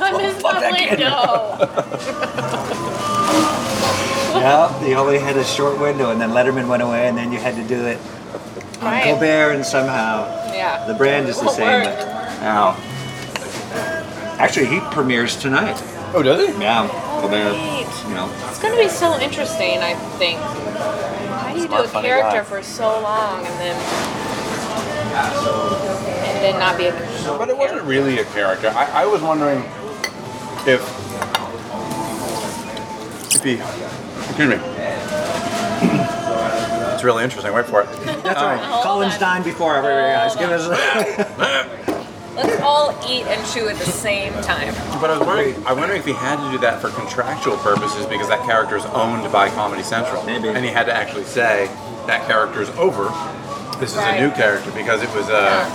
[SPEAKER 12] I'm just
[SPEAKER 14] Fuck
[SPEAKER 12] not
[SPEAKER 14] that
[SPEAKER 12] like,
[SPEAKER 14] kid.
[SPEAKER 12] no.
[SPEAKER 13] Yeah, you only had a short window, and then Letterman went away, and then you had to do it on
[SPEAKER 12] Right.
[SPEAKER 13] Colbert, and somehow
[SPEAKER 12] Yeah.
[SPEAKER 13] the brand is the
[SPEAKER 12] Won't
[SPEAKER 13] same.
[SPEAKER 12] work.
[SPEAKER 13] But, now, actually, he premieres tonight.
[SPEAKER 14] Oh, does he?
[SPEAKER 13] Yeah, Colbert.
[SPEAKER 12] Right.
[SPEAKER 13] You know,
[SPEAKER 12] It's gonna be so interesting, I think. How do you
[SPEAKER 14] Smart,
[SPEAKER 12] do a
[SPEAKER 14] funny
[SPEAKER 12] character
[SPEAKER 14] guy.
[SPEAKER 12] for so long and then and then not be a
[SPEAKER 14] But it wasn't really a character. I, I was wondering if if he excuse me. it's really interesting. Wait for it.
[SPEAKER 13] That's all right. Colin's dying before everybody else. Give us.
[SPEAKER 12] Let's all eat and chew at the same time.
[SPEAKER 14] But I was wondering, I wonder if he had to do that for contractual purposes because that character is owned by Comedy Central, Maybe. and he had to actually say that character is over. This is a new
[SPEAKER 12] Right.
[SPEAKER 14] character because it was. Uh,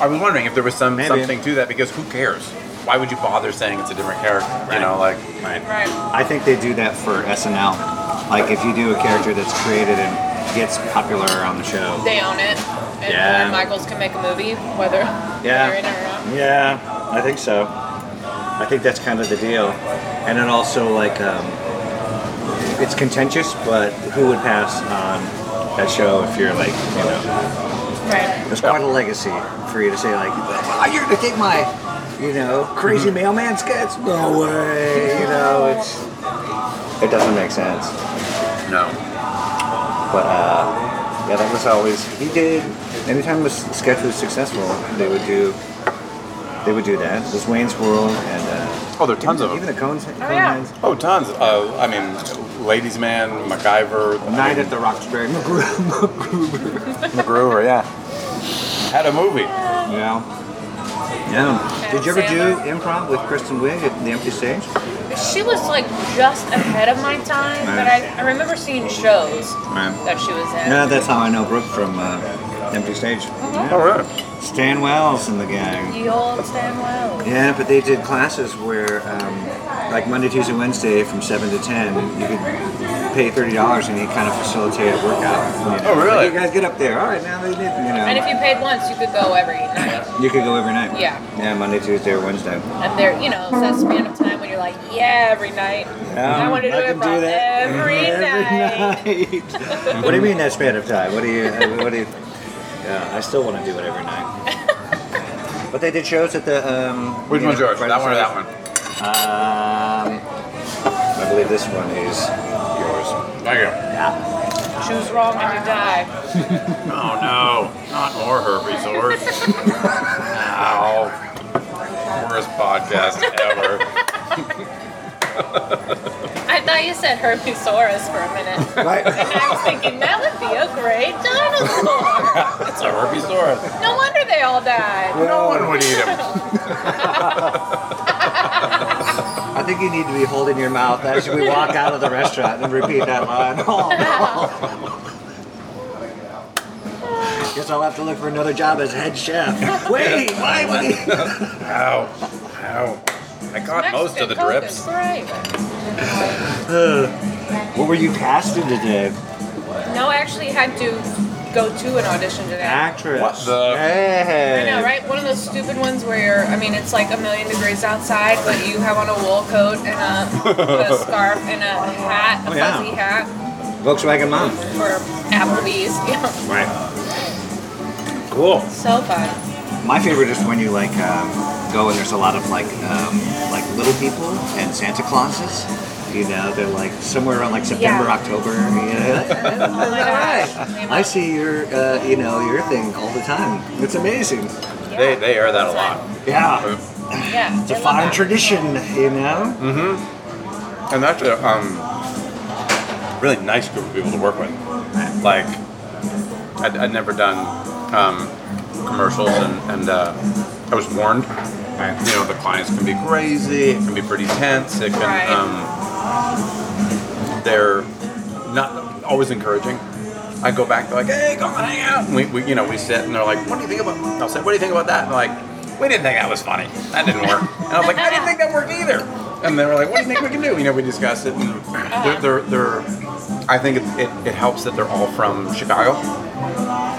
[SPEAKER 14] I was wondering if there was some
[SPEAKER 13] Maybe.
[SPEAKER 14] something to that because who cares? Why would you bother saying it's a different character? You know, like.
[SPEAKER 13] I think they do that for SNL. Like if you do a character that's created and gets popular on the show.
[SPEAKER 12] They own it. And
[SPEAKER 13] Yeah.
[SPEAKER 12] Lauren Michaels can make a movie, whether they're in or not.
[SPEAKER 13] Yeah. Yeah, I think so. I think that's kind of the deal. And it also like um, it's contentious, but who would pass on that show if you're like, you know,
[SPEAKER 12] Right.
[SPEAKER 13] there's quite a legacy for you to say like, oh, you're gonna take my, you know, crazy mailman sketch? No way. You know, it's it doesn't make sense.
[SPEAKER 14] No.
[SPEAKER 13] But uh, yeah, that was always he did. Anytime a s- sketch was successful, they would do. They would do that. It was Wayne's World and. Uh,
[SPEAKER 14] oh, there are tons
[SPEAKER 13] even,
[SPEAKER 14] of
[SPEAKER 13] Even the Cones. Oh,
[SPEAKER 12] yeah.
[SPEAKER 14] Oh, tons. Uh, I mean, Ladies Man, MacGyver. Night
[SPEAKER 13] at the Roxbury. MacGruber.
[SPEAKER 14] MacGruber, yeah. Had a movie.
[SPEAKER 13] Yeah. Yeah. Did you ever do improv with Kristen Wiig at the Empty Stage?
[SPEAKER 12] She was like just ahead of my time, but I, I remember seeing shows that she was in.
[SPEAKER 13] Yeah, that's how I know Brooke from uh, Empty Stage.
[SPEAKER 12] Oh,
[SPEAKER 13] right. Stan Wells and the gang.
[SPEAKER 12] The old Stanwell.
[SPEAKER 13] Yeah, but they did classes where, um, like Monday, Tuesday, Wednesday from 7 to 10, you could pay $30 and he kind of facilitated a workout. You know.
[SPEAKER 14] Oh, really?
[SPEAKER 13] Like, you guys get up there. All right, now they did, you
[SPEAKER 12] And if
[SPEAKER 13] know.
[SPEAKER 12] you paid once, you could go every night.
[SPEAKER 13] You could go every night.
[SPEAKER 12] Yeah.
[SPEAKER 13] Yeah, Monday, Tuesday, or Wednesday.
[SPEAKER 12] And there, you know, it's that span of time when you're like, yeah, every night. I want to do it
[SPEAKER 13] Um, do that
[SPEAKER 12] every night.
[SPEAKER 13] night. what do you mean that span of time? What do you, what do you, yeah, I still want to do it every night. But they did shows at the, um,
[SPEAKER 14] Which
[SPEAKER 13] you
[SPEAKER 14] one's
[SPEAKER 13] know,
[SPEAKER 14] yours? That one or that one?
[SPEAKER 13] Um, I believe this one is yours.
[SPEAKER 14] Thank you.
[SPEAKER 13] Yeah.
[SPEAKER 12] Choose wrong and you die.
[SPEAKER 14] Oh no, not more herpes or Ow. Worst podcast ever.
[SPEAKER 12] I thought you said Herpesaurus for a minute.
[SPEAKER 14] Right.
[SPEAKER 12] And I was thinking, that would be a great dinosaur.
[SPEAKER 14] That's a herpesaurus.
[SPEAKER 12] No wonder they all died.
[SPEAKER 14] No one would eat him.
[SPEAKER 13] I think you need to be holding your mouth as we walk out of the restaurant and repeat that line. Oh, no. Guess I'll have to look for another job as head chef. Wait, why would he?
[SPEAKER 14] Ow. Ow. I caught most of the
[SPEAKER 12] Mexican
[SPEAKER 14] drips.
[SPEAKER 12] COVID, Right.
[SPEAKER 13] what were you casting today?
[SPEAKER 12] No, I actually had to go to an audition today.
[SPEAKER 13] Actress.
[SPEAKER 14] What the-
[SPEAKER 13] Hey.
[SPEAKER 12] I know, right? One of those stupid ones where you're, I mean, it's like a million degrees outside, but you have on a wool coat and a, a scarf and a hat, a
[SPEAKER 13] Oh, yeah.
[SPEAKER 12] fuzzy hat
[SPEAKER 13] Volkswagen mom.
[SPEAKER 12] for Applebee's. Yeah.
[SPEAKER 13] Right. Cool.
[SPEAKER 12] So fun.
[SPEAKER 13] My favorite is when you like um, go and there's a lot of like um, like little people and Santa Clauses. You know, they're like somewhere around like September,
[SPEAKER 12] Yeah.
[SPEAKER 13] October. You know?
[SPEAKER 12] Oh my gosh.
[SPEAKER 13] I see your uh, you know your thing all the time. It's amazing.
[SPEAKER 14] They, they air that a lot.
[SPEAKER 13] Yeah,
[SPEAKER 12] Yeah.
[SPEAKER 13] it's a
[SPEAKER 12] I love
[SPEAKER 13] fine
[SPEAKER 12] that.
[SPEAKER 13] tradition. You know.
[SPEAKER 14] Mm-hmm. And that's a um, really nice group of people to work with. Like, I'd, I'd never done um, commercials, and, and uh, I was warned. You know, the clients can be crazy, it can be pretty tense, it can.
[SPEAKER 12] Right.
[SPEAKER 14] Um, they're not always encouraging. I go back, they're like, hey, come on, hang out. And we, we, you know, we sit, and they're like, what do you think about? I'll say, what do you think about that? And they're like, we didn't think that was funny. That didn't work. And I was like, I didn't think that worked either. And they were like, what do you think we can do? You know, we discussed it, and they're, they're, they're I think it, it, it helps that they're all from Chicago.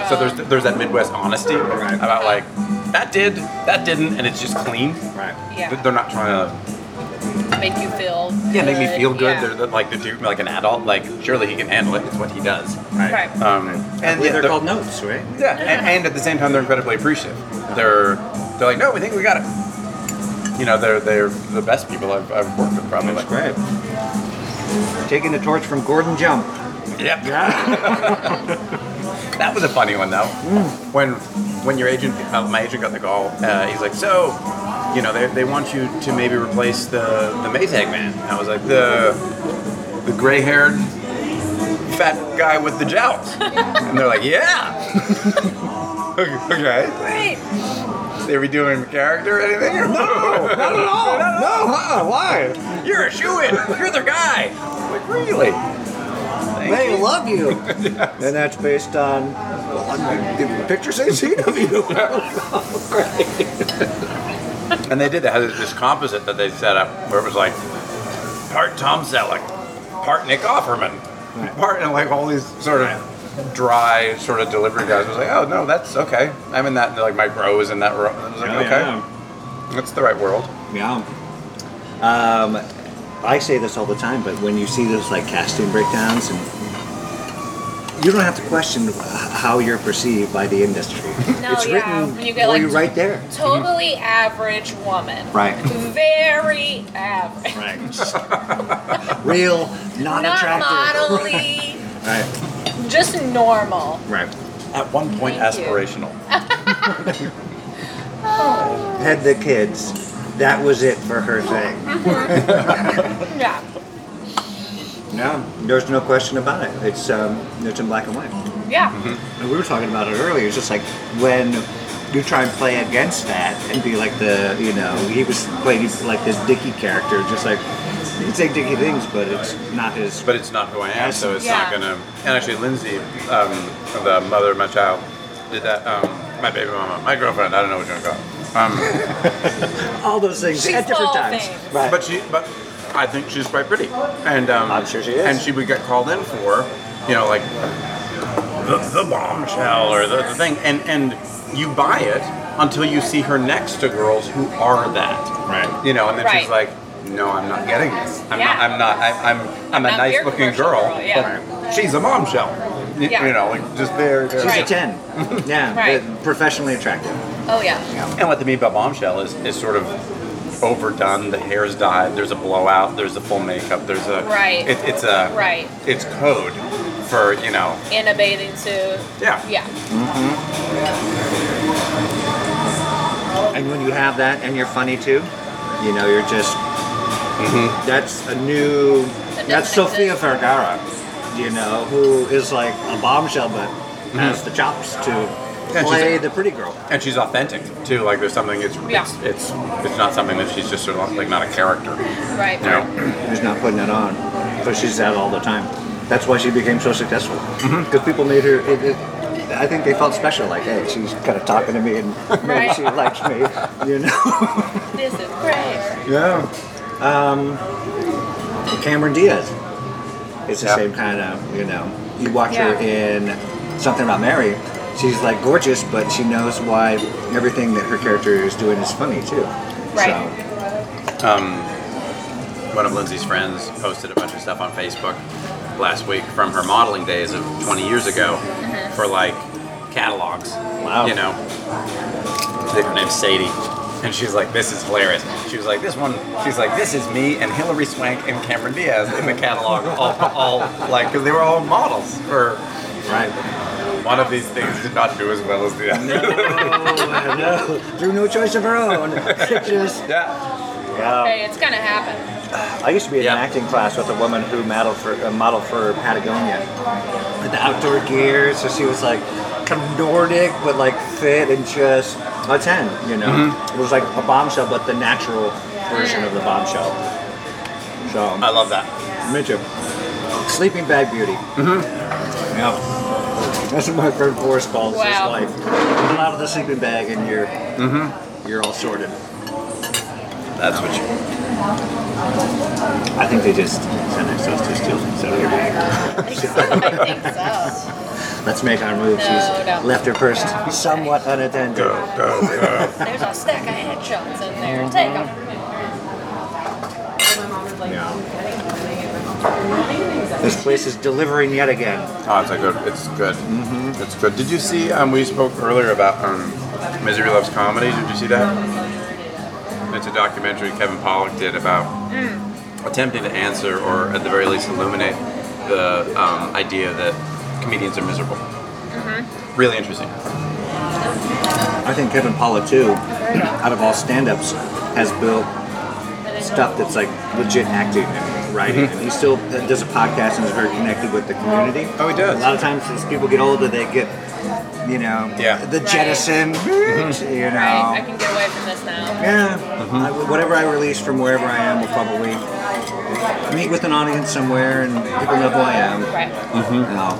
[SPEAKER 14] So there's there's that Midwest honesty about like that did that didn't and it's just clean. Right.
[SPEAKER 12] Yeah.
[SPEAKER 14] They're not trying to
[SPEAKER 12] Make you feel.
[SPEAKER 14] yeah make me
[SPEAKER 12] good.
[SPEAKER 14] feel good.
[SPEAKER 12] Uh, Yeah.
[SPEAKER 14] They're, they're like they're treating me like an adult. Like surely he can handle it. It's what he does.
[SPEAKER 12] Right.
[SPEAKER 14] Um, and
[SPEAKER 13] believe
[SPEAKER 14] yet
[SPEAKER 13] they're called
[SPEAKER 14] notes, right? Yeah. And, and at the same time, they're incredibly appreciative. They're they're like, no, we think we got it. You know, they're they're the best people I've, I've worked with probably. That's
[SPEAKER 13] great. Taking the torch from Gordon Jump.
[SPEAKER 14] Yep. That was a funny one though. When when your agent, uh, my agent got the call, uh, he's like, so, you know, they, they want you to maybe replace the the Maytag man. I was like, the the gray haired fat guy with the jowls, and they're like, yeah. okay.
[SPEAKER 12] Great.
[SPEAKER 14] They were doing the character or anything? No, not
[SPEAKER 11] at all. No, uh-uh,
[SPEAKER 14] why? You're a shoe in. You're the guy. I'm like, really?
[SPEAKER 11] They love you.
[SPEAKER 13] And that's based on
[SPEAKER 11] the pictures they've seen of you.
[SPEAKER 14] And they did. They had this composite that they set up where it was like part Tom Selleck, part Nick Offerman, part and like all these sort of dry sort of delivery guys. I was like, oh no, that's okay. I'm in that. and, like my bro was in that room. I was like,
[SPEAKER 13] Oh,
[SPEAKER 14] okay,
[SPEAKER 13] yeah.
[SPEAKER 14] that's the right world.
[SPEAKER 13] Yeah. Um, I say this all the time, but when you see those like casting breakdowns, and you don't have to question h- how you're perceived by the industry.
[SPEAKER 12] No,
[SPEAKER 13] it's
[SPEAKER 12] Oh, yeah.
[SPEAKER 13] written
[SPEAKER 12] When you
[SPEAKER 13] for
[SPEAKER 12] get, like,
[SPEAKER 13] you right there.
[SPEAKER 12] Totally average woman.
[SPEAKER 13] Right.
[SPEAKER 12] Very average.
[SPEAKER 13] Right. Real, not,
[SPEAKER 12] Not
[SPEAKER 13] attractive.
[SPEAKER 12] modelly.
[SPEAKER 13] Right.
[SPEAKER 12] just normal.
[SPEAKER 13] Right.
[SPEAKER 14] At one point,
[SPEAKER 12] Thank you.
[SPEAKER 14] aspirational.
[SPEAKER 13] Had the kids. That was it for her thing.
[SPEAKER 12] Yeah.
[SPEAKER 13] No, there's no question about it. It's um, it's in black and white.
[SPEAKER 12] Yeah.
[SPEAKER 14] Mm-hmm.
[SPEAKER 13] And we were talking about it earlier. It's just like when you try and play against that and be like the, you know, he was playing like this Dicky character, just like he'd say Dicky things, but it's not his.
[SPEAKER 14] But it's not who I am, so it's not
[SPEAKER 13] Yeah.
[SPEAKER 14] gonna. And actually, Lindsay, um, the mother of my child, did that. Um, my baby mama, my girlfriend. I don't know what you're gonna call. her. Um,
[SPEAKER 13] All those things
[SPEAKER 12] She's
[SPEAKER 13] at different
[SPEAKER 12] all
[SPEAKER 13] times.
[SPEAKER 12] things.
[SPEAKER 13] Right.
[SPEAKER 14] But she, but I think she's quite pretty, and um, I'm sure she
[SPEAKER 13] is.
[SPEAKER 14] And she would get called in for, you know, like the, the bombshell or the, the thing, and and you buy it until you see her next to girls who are that, right? You know, and then she's
[SPEAKER 12] Right.
[SPEAKER 14] like, no, I'm not getting this. I'm
[SPEAKER 12] Yeah.
[SPEAKER 14] not. I'm not. I, I'm I'm, a
[SPEAKER 12] not
[SPEAKER 14] nice
[SPEAKER 12] your
[SPEAKER 14] looking
[SPEAKER 12] commercial
[SPEAKER 14] girl,
[SPEAKER 12] girl, yeah.
[SPEAKER 14] but she's a bombshell. Y-
[SPEAKER 12] Yeah.
[SPEAKER 14] You know, like just very. very
[SPEAKER 13] She's a 10. yeah.
[SPEAKER 12] Right.
[SPEAKER 13] but Professionally attractive.
[SPEAKER 12] Oh yeah.
[SPEAKER 14] And what they mean by bombshell is, is sort of overdone. The hair's dyed. There's a blowout. There's a full makeup. There's a
[SPEAKER 12] Right.
[SPEAKER 14] It, it's a
[SPEAKER 12] Right.
[SPEAKER 14] It's code for you know.
[SPEAKER 12] In a bathing suit.
[SPEAKER 14] Yeah.
[SPEAKER 12] Yeah.
[SPEAKER 13] And when you have that and you're funny too, you know, you're just.
[SPEAKER 14] Mm-hmm.
[SPEAKER 13] That's a new. That's Sofia Vergara, you know, who is like a bombshell but has the chops to
[SPEAKER 14] Mm-hmm. she's
[SPEAKER 13] play
[SPEAKER 14] a-
[SPEAKER 13] the pretty girl.
[SPEAKER 14] And she's authentic too. Like there's something. It's
[SPEAKER 12] Yeah.
[SPEAKER 14] it's, it's it's not something that she's just sort of like not a character.
[SPEAKER 12] Right.
[SPEAKER 14] You know.
[SPEAKER 13] She's not putting it on, but she's out all the time. That's why she became so successful.
[SPEAKER 14] Mm-hmm.
[SPEAKER 13] Because people made her. It, it, I think they felt special. Like, hey, she's kind of talking to me, and maybe
[SPEAKER 12] Right.
[SPEAKER 13] she likes me. You know.
[SPEAKER 12] This is great.
[SPEAKER 13] Yeah. Um, Cameron Diaz. It's the same kind of, you know, you watch her in Something About Mary. She's like gorgeous, but she knows why everything that her character is doing is funny too.
[SPEAKER 12] Right.
[SPEAKER 14] um, one of Lindsay's friends posted a bunch of stuff on Facebook last week from her modeling days of 20 years ago for like catalogs.
[SPEAKER 13] Wow.
[SPEAKER 14] You know, I think her name's Sadie. And she's like, this is hilarious. She was like, this one, she's like, this is me and Hilary Swank and Cameron Diaz in the catalog, all, all like, because they were all models for.
[SPEAKER 13] Right.
[SPEAKER 14] One of these things did not do as well as the other.
[SPEAKER 13] Oh, no. Through no choice of her own. It just.
[SPEAKER 14] Yeah.
[SPEAKER 13] Yeah.
[SPEAKER 12] Hey, it's gonna happen.
[SPEAKER 13] I used to be in an acting class with a woman who modeled for uh, modeled for Patagonia, with the outdoor gear. So she was like kind of Nordic, but like fit and just a ten. You know, it was like a bombshell, but the natural version of the bombshell. So
[SPEAKER 14] I love that.
[SPEAKER 13] me too. Sleeping bag beauty. Yeah. That's what my friend Boris calls
[SPEAKER 12] Wow.
[SPEAKER 13] his life. Come out of the sleeping bag and you're you're all sorted.
[SPEAKER 14] That's what you.
[SPEAKER 13] I think they just sent us to steal
[SPEAKER 12] I think so. I think so.
[SPEAKER 13] Let's make our move.
[SPEAKER 12] No,
[SPEAKER 13] She's
[SPEAKER 12] no.
[SPEAKER 13] left her purse somewhat unattended.
[SPEAKER 14] go, go.
[SPEAKER 12] There's a stack of headshots in there. Take them.
[SPEAKER 13] Yeah. This place is delivering yet again.
[SPEAKER 14] Oh, it's a good. It's good.
[SPEAKER 13] Mm-hmm.
[SPEAKER 14] It's good. Did you see? Um, we spoke earlier about um, Misery Loves Comedy. Did you see that? It's a documentary Kevin Pollak did about attempting to answer, or at the very least, illuminate the um, idea that comedians are miserable. really interesting.
[SPEAKER 13] I think Kevin Pollak too, out of all stand-ups, has built stuff that's like legit acting and writing. And he still uh, does a podcast and is very connected with the community.
[SPEAKER 14] Oh, he does.
[SPEAKER 13] A lot of times, as people get older, they get, you know,
[SPEAKER 14] Yeah.
[SPEAKER 13] the jettison, you know.
[SPEAKER 12] Mm-hmm. Right, I can get away from this now.
[SPEAKER 13] Yeah. I- whatever I release from wherever I am will probably meet with an audience somewhere and people know who I am.
[SPEAKER 12] Right.
[SPEAKER 13] You know.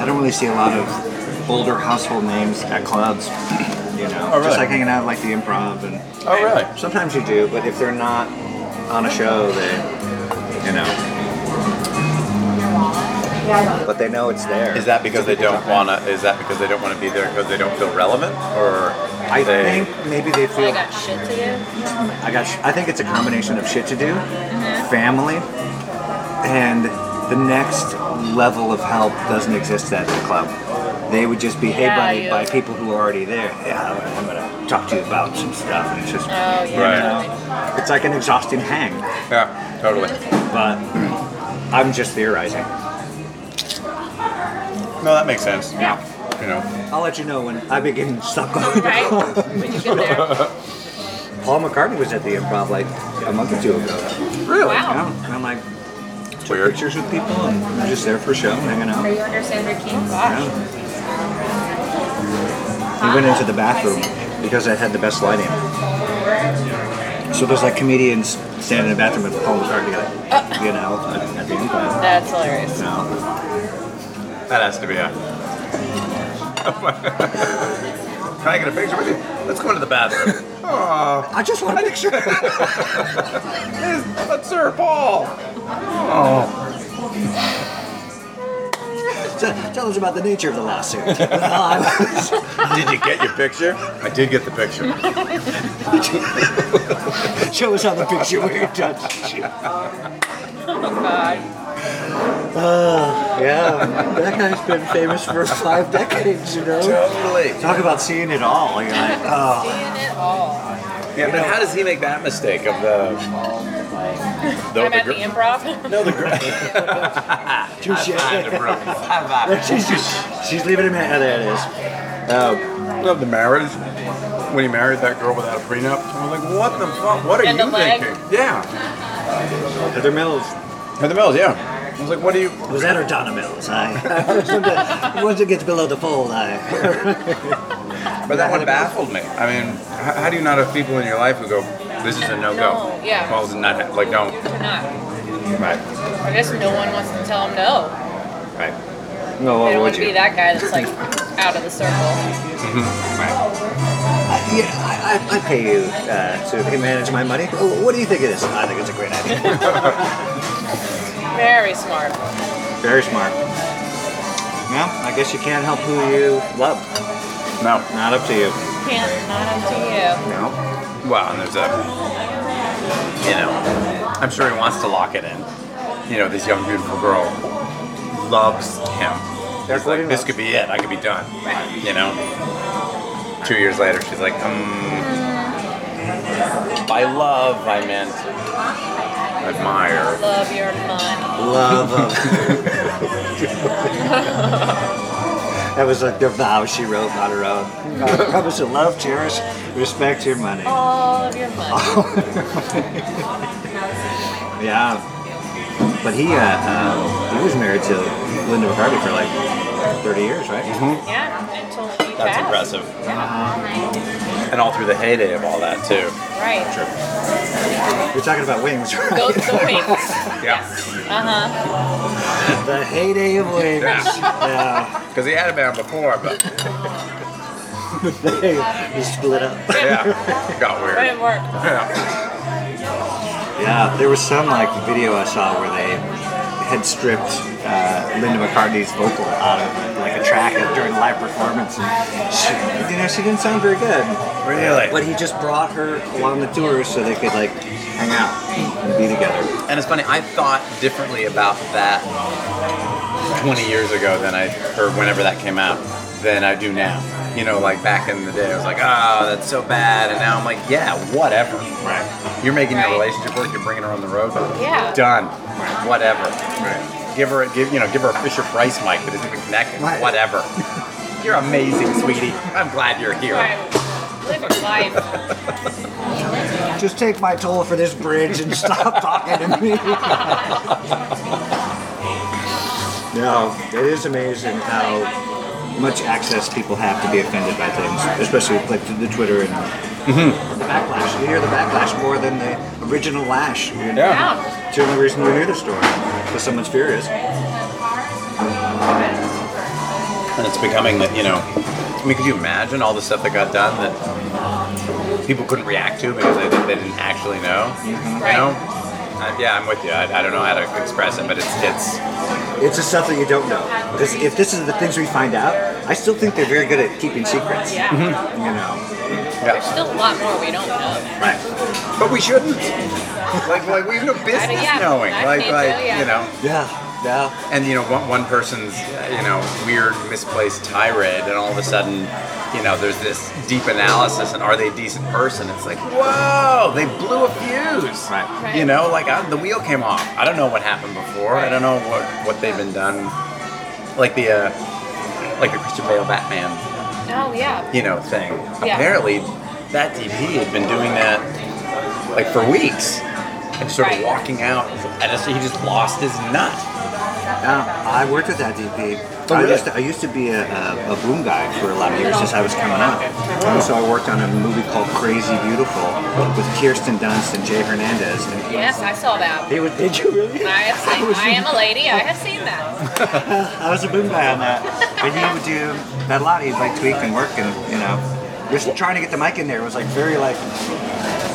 [SPEAKER 13] I don't really see a lot of older household names at clubs. You know,
[SPEAKER 14] Oh, really?
[SPEAKER 13] just like hanging out at, like the improv and.
[SPEAKER 14] Oh, really?
[SPEAKER 13] Sometimes you do, but if they're not on a show, they, you know. But they know it's there.
[SPEAKER 14] Is that because they don't want to? Is that because they don't want to be there because they don't feel relevant, or
[SPEAKER 13] I
[SPEAKER 14] they,
[SPEAKER 13] think maybe they feel.
[SPEAKER 12] I got shit to do.
[SPEAKER 13] I got. Sh- I think it's a combination of shit to do,
[SPEAKER 12] Mm-hmm.
[SPEAKER 13] family, and the next level of help doesn't exist at the club. They would just be hey
[SPEAKER 12] Yeah,
[SPEAKER 13] buddy
[SPEAKER 12] you-
[SPEAKER 13] by people who are already there. Yeah, I'm gonna talk to you about some stuff, and it's just
[SPEAKER 12] Oh,
[SPEAKER 13] you
[SPEAKER 12] yeah.
[SPEAKER 13] know, it's like an exhausting hang.
[SPEAKER 14] Yeah, totally.
[SPEAKER 13] But I'm just theorizing.
[SPEAKER 14] No, that makes sense.
[SPEAKER 13] Yeah.
[SPEAKER 14] You know.
[SPEAKER 13] I'll let you know when I begin to stop going.
[SPEAKER 12] Right. When you get there.
[SPEAKER 13] Paul McCartney was at the improv like a month or two ago.
[SPEAKER 14] Really?
[SPEAKER 12] Wow.
[SPEAKER 13] Yeah. And I'm like, took pictures with people and I'm just there for a show, hanging out.
[SPEAKER 12] Are you under Sandra King? Gosh.
[SPEAKER 13] We went into the bathroom because it had the best lighting. So there's like comedians standing in the bathroom with Paul McCartney, like, you know, at the improv.
[SPEAKER 12] That's hilarious.
[SPEAKER 13] No.
[SPEAKER 14] That has to be a. Can I get a picture with you? Let's go into the bathroom. oh,
[SPEAKER 13] I just want a picture.
[SPEAKER 14] that's Sir Paul. Oh.
[SPEAKER 13] Tell, tell us about the nature of the lawsuit. Well,
[SPEAKER 14] Did you get your picture? I did get the picture.
[SPEAKER 13] I- Show us how the picture where you touched you.
[SPEAKER 12] Oh, God.
[SPEAKER 13] Oh, yeah. That guy's been famous for five decades, you know?
[SPEAKER 14] Totally.
[SPEAKER 13] Talk about seeing it all. You're like, oh.
[SPEAKER 12] Seeing it all.
[SPEAKER 14] Yeah, but how does he make that mistake of the?
[SPEAKER 12] I'm at the improv.
[SPEAKER 14] no, the girl.
[SPEAKER 13] Touche.
[SPEAKER 14] Touche.
[SPEAKER 13] she's, just, she's leaving him at, oh, there it is. Oh,
[SPEAKER 14] Love the marriage. When he married that girl without a prenup, I'm like, what the fuck? What are
[SPEAKER 12] And
[SPEAKER 14] you
[SPEAKER 12] the leg.
[SPEAKER 14] thinking? Yeah.
[SPEAKER 13] Heather Mills.
[SPEAKER 14] Heather Mills, yeah. I was like, what are you?
[SPEAKER 13] Was that or Donna Mills? I, once it gets below the fold, I.
[SPEAKER 14] But that one baffled me. I mean, h- how do you not have people in your life who go, this is a no go?
[SPEAKER 12] No, yeah.
[SPEAKER 14] Well, it's not ha- like don't.
[SPEAKER 12] You're not.
[SPEAKER 14] Right.
[SPEAKER 12] I guess no one wants to tell him no.
[SPEAKER 14] Right.
[SPEAKER 13] No,
[SPEAKER 12] They don't want to be that guy that's like out of the circle.
[SPEAKER 13] I, yeah, I, I, I pay you uh, to manage my money. Oh, What do you think of this? I think it's a great idea.
[SPEAKER 12] Very smart.
[SPEAKER 13] Very smart. Yeah, I guess you can't help who you love.
[SPEAKER 14] No.
[SPEAKER 13] Not up to you.
[SPEAKER 12] Can't, not up to you.
[SPEAKER 13] No.
[SPEAKER 14] Well, and there's a, you know, I'm sure he wants to lock it in. You know, this young beautiful girl loves him.
[SPEAKER 13] They're
[SPEAKER 14] He's like,
[SPEAKER 13] good
[SPEAKER 14] this
[SPEAKER 13] enough.
[SPEAKER 14] could be it. I could be done. You know. Two years later, she's like, um,
[SPEAKER 12] Mm-hmm.
[SPEAKER 14] by love, I meant admire.
[SPEAKER 12] Love your money.
[SPEAKER 13] Love of. that was like the vow she wrote on her own. Uh, I promise to love, cherish, respect your money.
[SPEAKER 12] All of your money.
[SPEAKER 13] Yeah. But he uh, um, he was married to Linda McCarthy for like 30 years, right?
[SPEAKER 12] Yeah, until she passed.
[SPEAKER 14] That's impressive. And all through the heyday of all that too.
[SPEAKER 12] Right.
[SPEAKER 13] You're talking about wings, right?
[SPEAKER 12] Go the wings.
[SPEAKER 14] Yeah.
[SPEAKER 12] Uh huh.
[SPEAKER 13] the heyday of wings. Yeah.
[SPEAKER 14] Because he had a man before, but
[SPEAKER 13] They split up.
[SPEAKER 14] yeah, it got
[SPEAKER 12] But
[SPEAKER 14] weird.
[SPEAKER 12] it worked.
[SPEAKER 14] Yeah.
[SPEAKER 13] Yeah, there was some like video I saw where they had stripped uh, Linda McCartney's vocal out of like a track during a live performance. And she, you know, she didn't sound very good.
[SPEAKER 14] Really?
[SPEAKER 13] But he just brought her along the tour so they could like hang out and be together.
[SPEAKER 14] And it's funny, I thought differently about that 20 years ago than I, or whenever that came out, than I do now. You know, like back in the day, I was like, oh, that's so bad. And now I'm like, yeah, whatever. Right. You're making your
[SPEAKER 12] Right.
[SPEAKER 14] relationship work, you're bringing her on the road, but
[SPEAKER 12] Yeah.
[SPEAKER 14] done. Whatever. Right. give her a give you know give her a Fisher Price mic that isn't connected.
[SPEAKER 12] What?
[SPEAKER 14] Whatever. you're amazing, sweetie. I'm glad you're here.
[SPEAKER 12] Live your life.
[SPEAKER 13] Just take my toll for this bridge and stop talking to me. no, it is amazing how much access people have to be offended by things, especially with like the Twitter and the backlash. You hear the backlash more than the original lash. You know?
[SPEAKER 12] Yeah.
[SPEAKER 13] It's the only reason we hear the story because someone's furious.
[SPEAKER 14] And it's becoming that you know. I mean, could you imagine all the stuff that got done that people couldn't react to because they, they didn't actually know? You know? Uh, yeah, I'm with you. I, I don't know how to express it, but it's it's
[SPEAKER 13] It's the stuff that you don't know. Because if this is the things we find out, I still think they're very good at keeping secrets.
[SPEAKER 12] Yeah.
[SPEAKER 13] You know.
[SPEAKER 12] There's still a lot more we don't know.
[SPEAKER 14] Right. But we shouldn't. like, like we have no business
[SPEAKER 12] I mean, yeah,
[SPEAKER 14] knowing.
[SPEAKER 12] I
[SPEAKER 14] like,
[SPEAKER 12] can't
[SPEAKER 14] like
[SPEAKER 12] tell ya.
[SPEAKER 14] you know.
[SPEAKER 13] Yeah. Yeah.
[SPEAKER 14] And you know, one, one person's uh, you know weird, misplaced tirade, and all of a sudden, you know, there's this deep analysis. And are they a decent person? It's like, whoa, they blew a fuse. Right.
[SPEAKER 18] Right.
[SPEAKER 14] You know, like I, the wheel came off. I don't know what happened before. I don't know what what they've been done. Like the uh, like the Christian Bale Batman
[SPEAKER 12] Oh yeah.
[SPEAKER 14] you know thing.
[SPEAKER 12] Yeah.
[SPEAKER 14] Apparently, that DP had been doing that like for weeks, and sort of walking out. I just, he just lost his nut.
[SPEAKER 13] Um, I worked with that DP.
[SPEAKER 14] Oh,
[SPEAKER 13] I,
[SPEAKER 14] really?
[SPEAKER 13] used to, I used to be a, a, a boom guy for a lot of years since I was coming up. And so I worked on a movie called Crazy Beautiful with Kirsten Dunst and Jay Hernandez. And
[SPEAKER 12] Yes, I saw that.
[SPEAKER 13] he was, did you really?
[SPEAKER 12] I have seen. I am a lady. I have seen that.
[SPEAKER 13] I was a boom guy on that. But he would do that a lot. He'd like tweak and work and, you know, just trying to get the mic in there was like very like,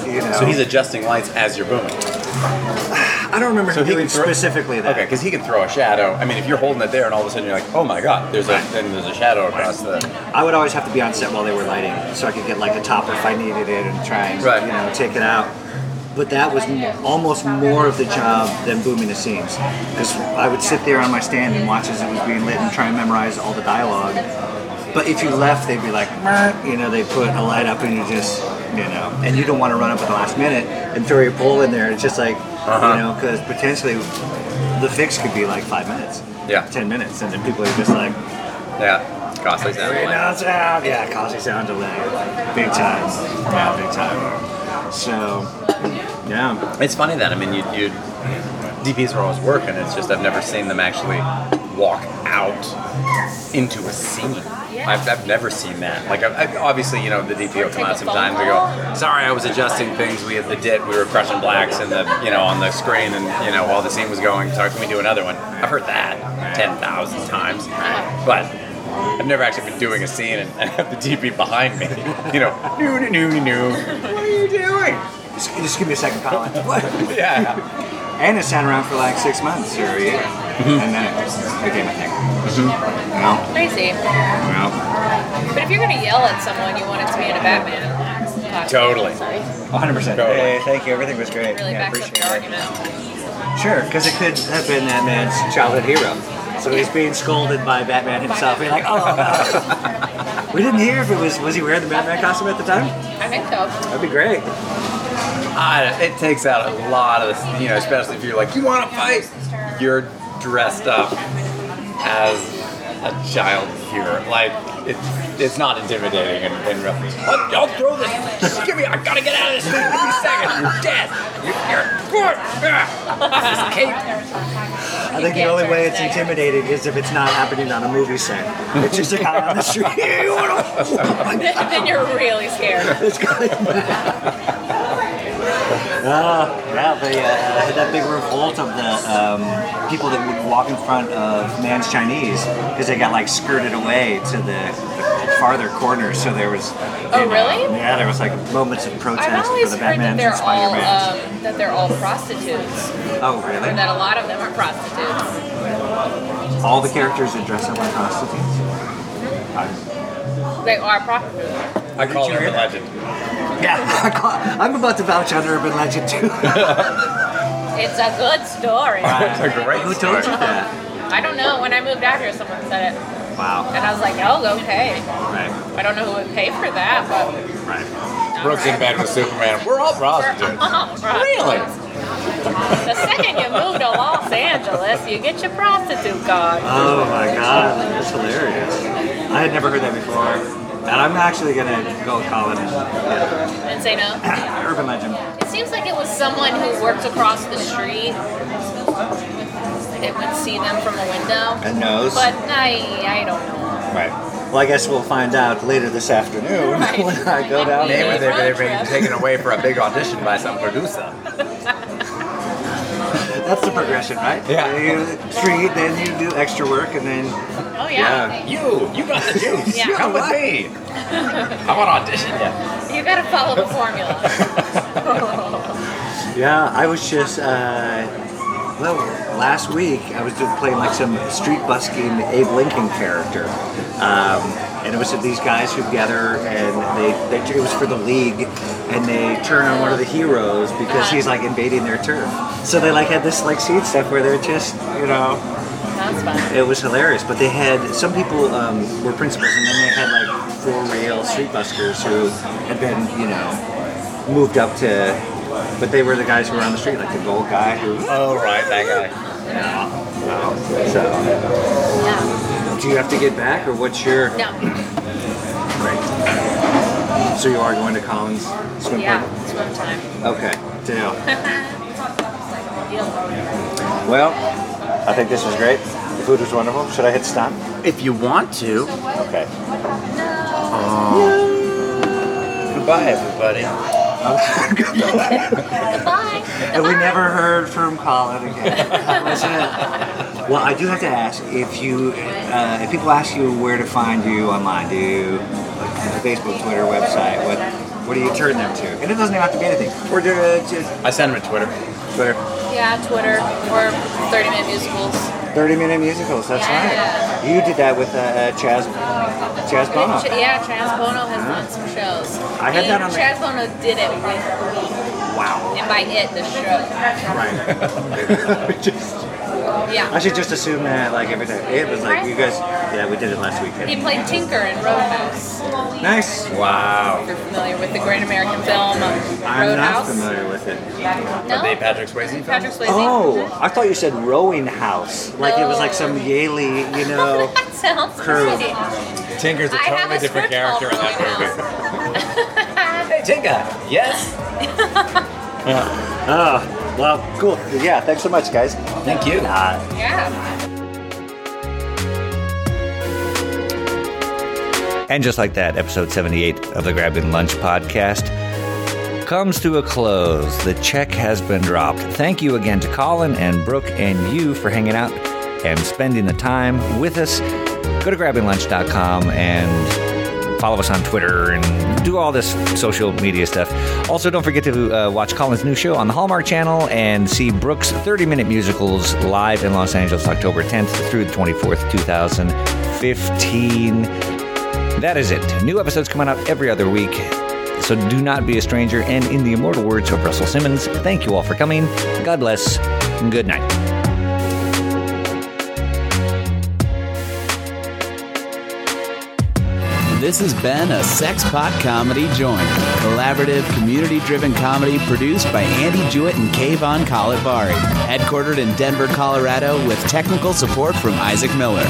[SPEAKER 13] you know.
[SPEAKER 14] So he's adjusting lights as you're booming.
[SPEAKER 13] I don't remember
[SPEAKER 14] so
[SPEAKER 13] him
[SPEAKER 14] he
[SPEAKER 13] doing
[SPEAKER 14] can throw-
[SPEAKER 13] specifically that.
[SPEAKER 14] Okay, because he can throw a shadow. I mean, if you're holding it there, and all of a sudden you're like, oh my god, there's a then there's a shadow across the.
[SPEAKER 13] I would always have to be on set while they were lighting, so I could get like a topper if I needed it and try and you know take it out. But that was m- almost more of the job than booming the scenes, because I would sit there on my stand and watch as it was being lit and try and memorize all the dialogue. But if you left, they'd be like, "Meh," you know, they put a light up and you just, you know, and you don't want to run up at the last minute and throw your pole in there. It's just like,
[SPEAKER 14] Uh-huh.
[SPEAKER 13] you know, because potentially the fix could be like five minutes,
[SPEAKER 14] Yeah.
[SPEAKER 13] ten minutes, and then people are just like,
[SPEAKER 14] Yeah. Costly sound.
[SPEAKER 13] Right
[SPEAKER 14] delay.
[SPEAKER 13] now, it's out. Yeah, costly sound delay. Big time. Yeah, big time. So, yeah.
[SPEAKER 14] It's funny that I mean, you, you DPs are always working. It's just I've never seen them actually walk out into a scene. I've, I've never seen that. Like, I, I, obviously, you know, the DP will come out sometimes. We go, sorry, I was adjusting things. We had the dit. We were crushing blacks and the, you know, on the screen, and you know, while the scene was going. Sorry, can we do another one? I've heard that ten thousand times, but I've never actually been doing a scene and I have the DP behind me. You know, no, no, no, no. What are you doing?
[SPEAKER 13] Just, just give me a second, Colin. What?
[SPEAKER 14] yeah.
[SPEAKER 13] And it sat around for like six months or a year. And then it became a thing. No,
[SPEAKER 12] Crazy.
[SPEAKER 13] no.
[SPEAKER 12] But if you're gonna yell at someone, you want it to be in a Batman. costume.
[SPEAKER 13] Totally.
[SPEAKER 12] Sorry.
[SPEAKER 13] 100%. Hey, thank you. Everything was great.
[SPEAKER 12] Really
[SPEAKER 13] yeah,
[SPEAKER 12] backs up
[SPEAKER 13] appreciate
[SPEAKER 12] the argument.
[SPEAKER 13] it. Sure, because it could have been that man's childhood hero. So he's being scolded by Batman himself. You're like, oh, no. we didn't hear if it was, was he wearing the Batman costume at the time?
[SPEAKER 12] I think so.
[SPEAKER 13] That'd be great.
[SPEAKER 14] I, it takes out a lot of the, you know, especially if you're like, you want to fight, you're dressed up as a child here. Like, it, it's not intimidating in, in real What? I'll throw this. Just Give me, I gotta get out of this thing in a second. You're dead. You're, you're Ah, this cape.
[SPEAKER 13] I think the only way it's intimidating is if it's not happening on a movie set. It's just a guy on the street. You wanna-
[SPEAKER 12] then you're really scared.
[SPEAKER 13] It's going Ah, yeah, they uh, had that big revolt of the um, people that would walk in front of Man's Chinese because they got like skirted away to the farther corner. So there was.
[SPEAKER 12] Oh, really?
[SPEAKER 13] Yeah, there was like moments of
[SPEAKER 12] I've
[SPEAKER 13] protest for
[SPEAKER 12] always
[SPEAKER 13] the
[SPEAKER 12] heard that
[SPEAKER 13] Batman
[SPEAKER 12] they're um,
[SPEAKER 13] and
[SPEAKER 12] all
[SPEAKER 13] Spider Man.
[SPEAKER 12] um, that they're all prostitutes,
[SPEAKER 13] oh,
[SPEAKER 12] or
[SPEAKER 13] really?
[SPEAKER 12] that a lot of them are prostitutes.
[SPEAKER 13] All the characters that dress up like prostitutes.
[SPEAKER 12] They are prostitutes.
[SPEAKER 14] I call her a legend.
[SPEAKER 13] Yeah, I ca- I'm about to vouch on Urban Legend too.
[SPEAKER 12] It's a good story.
[SPEAKER 13] Who told you that?
[SPEAKER 12] I don't know. When I moved out here, someone said it,
[SPEAKER 13] Wow.
[SPEAKER 12] and I was like, "Oh, okay."
[SPEAKER 13] Right.
[SPEAKER 12] I don't know who would pay for that, but
[SPEAKER 13] Right.
[SPEAKER 14] Brooks in bed with Superman. We're all prostitutes. Really?
[SPEAKER 12] Really? The second you move to Los Angeles, you get your prostitute card.
[SPEAKER 13] Oh my god, that's hilarious. I had never heard that before. And I'm actually gonna go call it yeah.
[SPEAKER 12] And say no.
[SPEAKER 13] urban legend.
[SPEAKER 12] It seems like it was someone who worked across the street. It would see them from a window.
[SPEAKER 13] And knows.
[SPEAKER 12] But I, I don't know.
[SPEAKER 13] Right. Well, I guess we'll find out later this afternoon
[SPEAKER 12] Right.
[SPEAKER 13] when I go down
[SPEAKER 11] They were
[SPEAKER 13] there.
[SPEAKER 11] they're being taken away for a big audition by some producer.
[SPEAKER 13] That's the progression, right? Yeah. You treat, then you do extra work, and then.
[SPEAKER 12] Oh yeah.
[SPEAKER 11] You, you got the juice.
[SPEAKER 12] Yeah.
[SPEAKER 11] Come with me. I want to audition.
[SPEAKER 12] You gotta follow the formula.
[SPEAKER 13] Yeah, I was just uh, well last week. I was just playing like some street busking Abe Lincoln character, um, and it was these guys who gather and they, they it was for the league, and they turn on one of the heroes because he's like invading their turf. So they like had this like seed stuff where they're just you know
[SPEAKER 12] Sounds fun.
[SPEAKER 13] it was hilarious, but they had some people um, were principals, and then they had like four rail street buskers who had been, you know, moved up to, but they were the guys who were on the street, like the gold guy who.
[SPEAKER 11] Oh, right, that guy.
[SPEAKER 13] Yeah. Wow. So, do you have to get back, or what's your?
[SPEAKER 12] No.
[SPEAKER 13] Right. So you are going to Collins swim park?
[SPEAKER 12] Yeah. Swim time.
[SPEAKER 13] Okay. Deal. Well, I think this was great. The food was wonderful. Should I hit stop?
[SPEAKER 14] If you want to.
[SPEAKER 13] Okay.
[SPEAKER 14] Oh.
[SPEAKER 13] Goodbye, everybody.
[SPEAKER 12] Goodbye.
[SPEAKER 13] and we never heard from Colin again. That was it. Well, I do have to ask if you, uh, if people ask you where to find you online, do you like, Facebook, Twitter, website? What, what do you turn them to? And it doesn't even have to be anything. Or do, uh, just
[SPEAKER 11] I send him a Twitter.
[SPEAKER 13] Twitter.
[SPEAKER 12] Yeah, Twitter or 30 minute musicals.
[SPEAKER 13] 30 minute musicals. That's right. You did that with uh, uh, Chaz, Chaz Bono.
[SPEAKER 12] Ch- Yeah, Chaz Bono has done some shows.
[SPEAKER 13] I had that on
[SPEAKER 12] And
[SPEAKER 13] my-
[SPEAKER 12] Chaz Bono did it with me.
[SPEAKER 13] Wow.
[SPEAKER 12] And by it, the show.
[SPEAKER 13] Right. Just-
[SPEAKER 12] Yeah.
[SPEAKER 13] I should just assume that like everything. It was like you guys. Yeah, we did it last
[SPEAKER 12] He
[SPEAKER 13] weekend.
[SPEAKER 12] played Tinker in Roadhouse.
[SPEAKER 13] Nice. Wow.
[SPEAKER 12] If you're familiar with the Great American Film um,
[SPEAKER 13] I'm not
[SPEAKER 12] Roadhouse.
[SPEAKER 13] familiar with it.
[SPEAKER 12] No?
[SPEAKER 11] Patrick Swayze?
[SPEAKER 12] Patrick Swayze.
[SPEAKER 13] Oh, I thought you said rowing house. Like it was like some Yaley, you know.
[SPEAKER 12] That sounds
[SPEAKER 13] Crew.
[SPEAKER 12] crazy.
[SPEAKER 11] Tinker's a
[SPEAKER 12] Oh. I have
[SPEAKER 11] totally
[SPEAKER 12] a
[SPEAKER 11] different
[SPEAKER 12] script called
[SPEAKER 11] character in that movie. hey, Tinker. Yes.
[SPEAKER 13] Oh, well, cool. Yeah, thanks so much, guys. Uh,
[SPEAKER 11] Thank you.
[SPEAKER 13] Nah.
[SPEAKER 12] Yeah.
[SPEAKER 10] And just like that, episode 78 of the Grabbing Lunch podcast comes to a close. The check has been dropped. Thank you again to Colin and Brooke and you for hanging out and spending the time with us. Go to grabbinglunch.com and follow us on Twitter and do all this social media stuff. Also, don't forget to uh, watch Colin's new show on the Hallmark Channel and see Brooke's 30 minute musicals live in Los Angeles October 10th through the 24th, 2015. That is it. New episodes coming out every other week. So do not be a stranger. And in the immortal words of Russell Simmons, thank you all for coming. God bless. and Good night.
[SPEAKER 1] This has been a Sex Pot Comedy Joint, collaborative, community driven comedy produced by Andy Jewett and Kayvon Kalibari, headquartered in Denver, Colorado, with technical support from Isaac Miller.